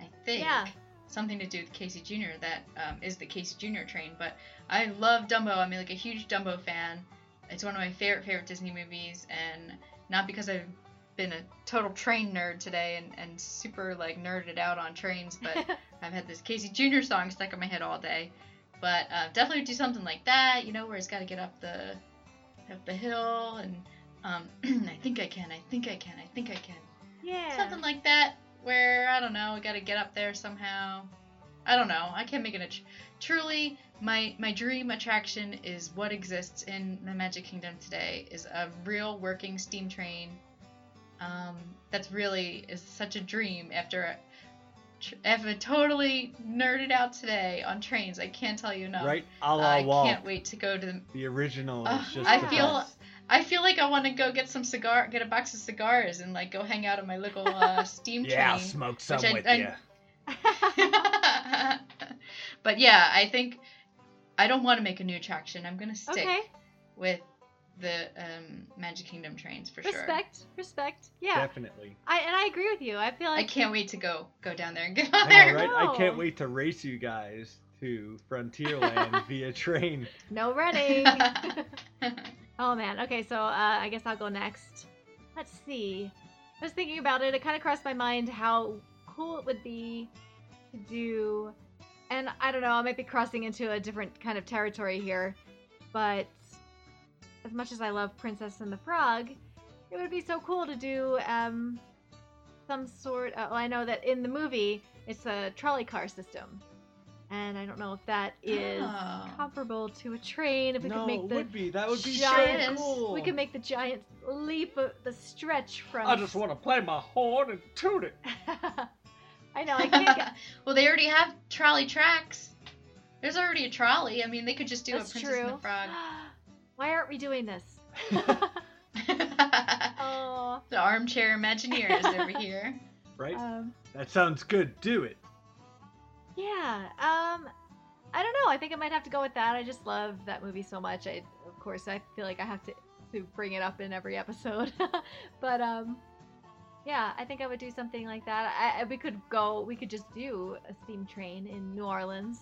E: I think.
D: Yeah.
E: Something to do with Casey Jr. that um, is the Casey Jr. train. But I love Dumbo. I'm like a huge Dumbo fan. It's one of my favorite, favorite Disney movies, and not because I've been a total train nerd today and, and super like nerded out on trains, but I've had this Casey Jr. song stuck in my head all day, but uh, definitely do something like that, you know, where he's got to get up the up the hill and um, I think I can, I think I can, I think I can,
D: yeah.
E: something like that. Where I don't know, I got to get up there somehow. I don't know. I can't make it. A tr- Truly, my my dream attraction is what exists in the Magic Kingdom today is a real working steam train. Um, that's really is such a dream after a, tr- after totally nerded out today on trains. I can't tell you enough.
F: Right? A la
E: I
F: Walt.
E: can't wait to go to the
F: The original
E: Ugh,
F: is just.
E: I
F: the
E: feel-
F: best.
E: I feel like I want to go get some cigar, get a box of cigars, and like go hang out on my little uh, steam train.
F: Yeah, I'll smoke some
E: I-
F: with
E: I-
F: you.
E: but yeah, I think I don't want to make a new attraction. I'm gonna stick
D: okay.
E: with the um, Magic Kingdom trains for sure.
D: Respect. Respect. Yeah.
F: Definitely.
D: I and I agree with you. I feel
E: I
D: like
E: can't wait to go go down there and get on
F: I
E: there.
F: know, right? I
D: go.
F: can't wait to race you guys to Frontierland via train.
D: no running. Oh man. Okay, so uh, I guess I'll go next. Let's see. I was thinking about it. It kind of crossed my mind how cool it would be to do and I don't know, I might be crossing into a different kind of territory here, but as much as I love Princess and the Frog, it would be so cool to do um, some sort of. Well, I know that in the movie, it's a trolley car system. And I don't know if that is
E: Oh.
D: comparable to a train. If we
F: no,
D: could make
F: it
D: the
F: would be. That would be so
E: giant-
F: cool.
D: we could make the giant leap, of the stretch from.
F: I just want to play my horn and toot it.
D: I know I can't get
E: well, they already have trolley tracks. There's already a trolley. I mean, they could just do
D: That's
E: a Princess
D: true.
E: and the Frog.
D: Why aren't we doing this? oh,
E: the armchair Imagineers over here.
F: Right?
D: um,
F: that sounds good. Do it.
D: yeah. Um, I don't know. I think I might have to go with that. I just love that movie so much. I, of course, I feel like I have to to bring it up in every episode. but um, yeah, I think I would do something like that. I, I, we could go. We could just do a steam train in New Orleans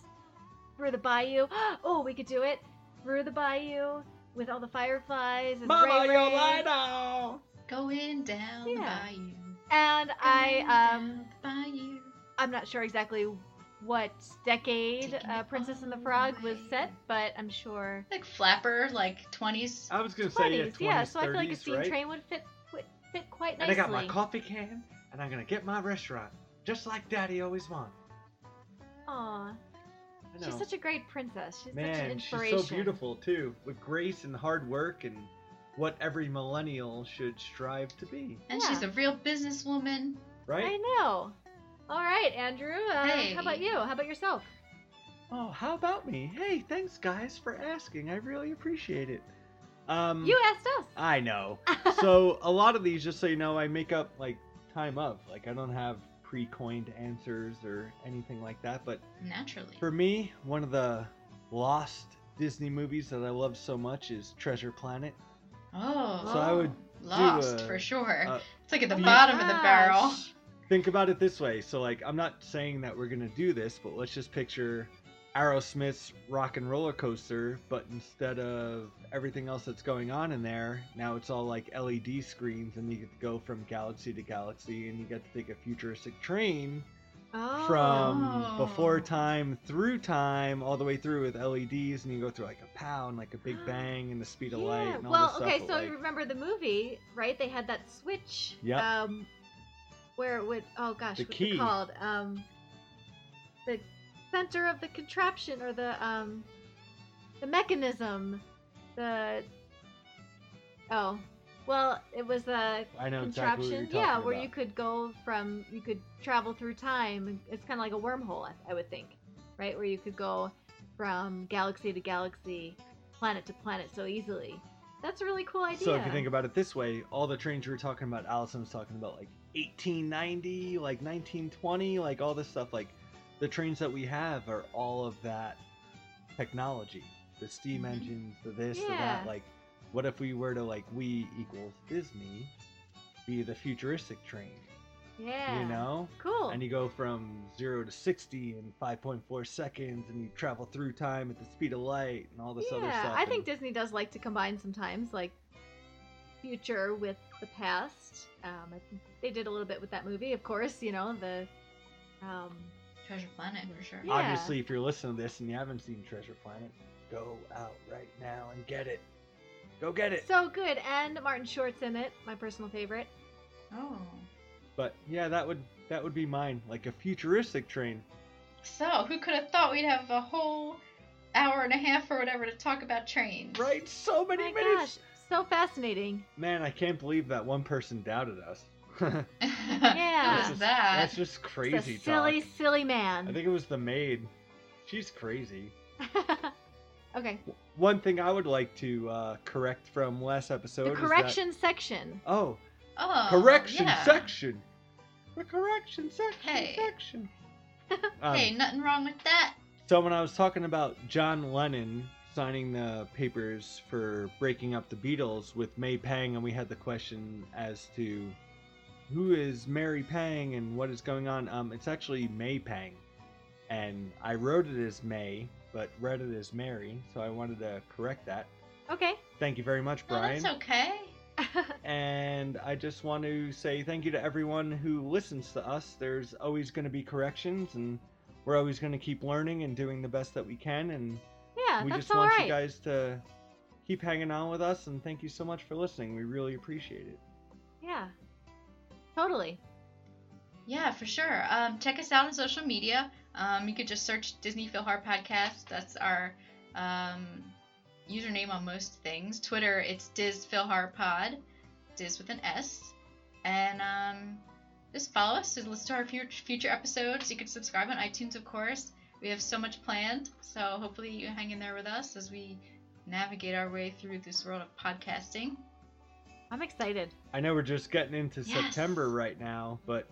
D: through the bayou. Oh, we could do it through the bayou with all the fireflies and
F: Mama,
D: Ray
F: you're
D: Ray.
F: right now.
E: Going down
D: Yeah.
E: the bayou.
D: And I um.
E: Going down the bayou.
D: I'm not sure exactly what decade
E: Taking
D: uh,
E: it
D: Princess and the
E: all
D: Frog was
E: away.
D: set, but I'm sure
E: Like flapper, like 20s.
F: I was gonna say yeah,
D: 20s.
F: 20s,
D: Yeah, so I feel like a
F: 30s,
D: steam
F: right?
D: train would fit fit, fit quite
F: And I
D: nicely.
F: got my coffee can, and I'm gonna get my restaurant, just like Daddy always wanted.
D: Aw,
F: I know.
D: she's such a great princess. She's such an
F: Man, she's
D: inspiration.
F: so beautiful too, with grace and hard work and what every millennial should strive to be,
E: and
D: yeah.
E: she's a real businesswoman.
F: right?
D: I know. All right, Andrew. Uh,
E: Hey.
D: How about you? How about yourself?
F: Oh, how about me? Hey, thanks guys for asking. I really appreciate it. Um,
D: You asked us.
F: I know. so a lot of these, just so you know, I make up like time of. Like I don't have pre-coined answers or anything like that. But
E: Naturally.
F: for me, one of the lost Disney movies that I love so much is Treasure Planet.
E: oh.
F: So I would
E: Lost,
F: a-
E: for sure.
F: a-
E: it's like at the
D: Oh my
E: bottom of the barrel.
D: gosh.
F: think about it this way. So like I'm not saying that we're gonna do this, but let's just picture Aerosmith's rock and roller coaster, but instead of everything else that's going on in there, now it's all like LED screens and you get to go from galaxy to galaxy and you get to take a futuristic train
D: Oh.
F: from before
E: Oh.
F: time through time all the way through with LEDs and you go through like a pow and like a big bang and the speed of light
D: Yeah.
F: and all
D: Well,
F: this stuff.
D: okay,
F: but,
D: so
F: like-
D: remember the movie, right? They had that switch.
F: Yep.
D: Um, where it would oh gosh,
F: The
D: what's
F: key.
D: it called? Um, the center of the contraption or the um, the mechanism, the oh, well, it was uh, a
F: I know exactly what
D: contraption.
F: you're talking
D: yeah, where
F: about.
D: you could go from you could travel through time. It's kind of like a wormhole, I, I would think, right? Where you could go from galaxy to galaxy, planet to planet so easily. That's a really cool idea.
F: So if you think about it this way, all the trains we were talking about, Allison was talking about like 1890, like 1920, like all this stuff. Like the trains that we have are all of that technology, the steam
E: Mhm.
F: engines, the this, the that.
D: Mm-hmm. Yeah.
F: Like, what if we were to like we equals Disney be the futuristic train?
D: yeah,
F: You know,
D: cool.
F: and you go from zero to 60 in 5.4 seconds, and you travel through time at the speed of light, and all this
D: yeah,
F: other stuff.
D: I think
F: and-
D: Disney does like to combine sometimes, like future with the past. Um, I think they did a little bit with that movie, of course. You know the. Um,
E: Treasure Planet for sure.
D: Yeah.
F: Obviously, if you're listening to this and you haven't seen Treasure Planet, go out right now and get it. Go get it.
D: so good, and Martin Short's in it, my personal favorite.
E: Oh.
F: But yeah, that would that would be mine, like a futuristic train.
E: So, who could have thought we'd have a whole hour and a half or whatever to talk about trains?
F: Right? So many
D: Oh my gosh,
F: minutes.
D: so fascinating.
F: Man, I can't believe that one person doubted us.
D: Yeah.
E: What
F: That's
E: is
F: just-
E: that?
F: That's just
D: It's
F: crazy
D: a silly,
F: talk.
D: silly
F: I
D: man.
F: think it was the maid. She's crazy.
D: okay,
F: One thing I would like to uh, correct from last episode
D: the
F: is that-
D: correction section.
F: Oh,
E: Oh.
F: correction
E: yeah.
F: section. The correction section.
E: Hey.
F: Section. Um,
E: Hey, nothing wrong with that.
F: So when I was talking about John Lennon signing the papers for breaking up the Beatles with May Pang, and we had the question as to who is Mary Pang and what is going on. Um, it's actually May Pang, and I wrote it as May, but read it as Mary. So I wanted to correct that.
D: Okay.
F: Thank you very much,
D: Oh,
E: No,
F: Brian.
E: that's okay.
F: And I just want to say thank you to everyone who listens to us. There's always going to be corrections, and we're always going to keep learning and doing the best that we can. And
D: Yeah,
F: we
D: that's
F: just
D: all
F: want
D: right.
F: you guys to keep hanging on with us. And thank you so much for listening. We really appreciate it.
D: Yeah, totally.
E: Yeah, for sure. Um, check us out on social media. Um, you could just search Disney Feel Hard Podcast. That's our um, username on most things. Twitter, it's Diz Feel Hard Pod, Diz with an S. And um, just follow us to listen to our future, future episodes. You can subscribe on iTunes, of course. We have so much planned, so hopefully you hang in there with us as we navigate our way through this world of podcasting.
D: I'm excited.
F: I know we're just getting into
E: Yes.
F: September right now, but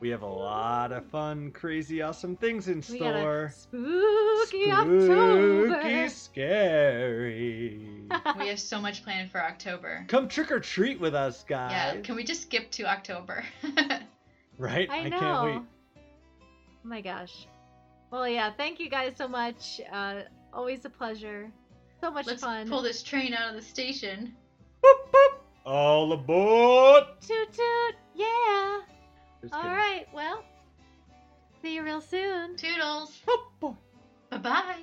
F: we have a lot of fun, crazy, awesome things in
D: We got a
F: store.
D: spooky, October.
F: scary.
E: we have so much planned for October.
F: Come trick or treat with us,
E: Yeah,
F: guys.
E: can we just skip to October?
F: Right?
D: I know.
F: can't wait.
D: Oh my gosh. Well, yeah. Thank you guys so much. Uh, always a pleasure. So much
E: Let's
D: fun.
E: pull this train out of the station.
F: All aboard!
D: toot toot. Yeah.
F: Just
D: All
F: kidding.
D: right. Well, see you real soon.
E: Toodles! Bye bye!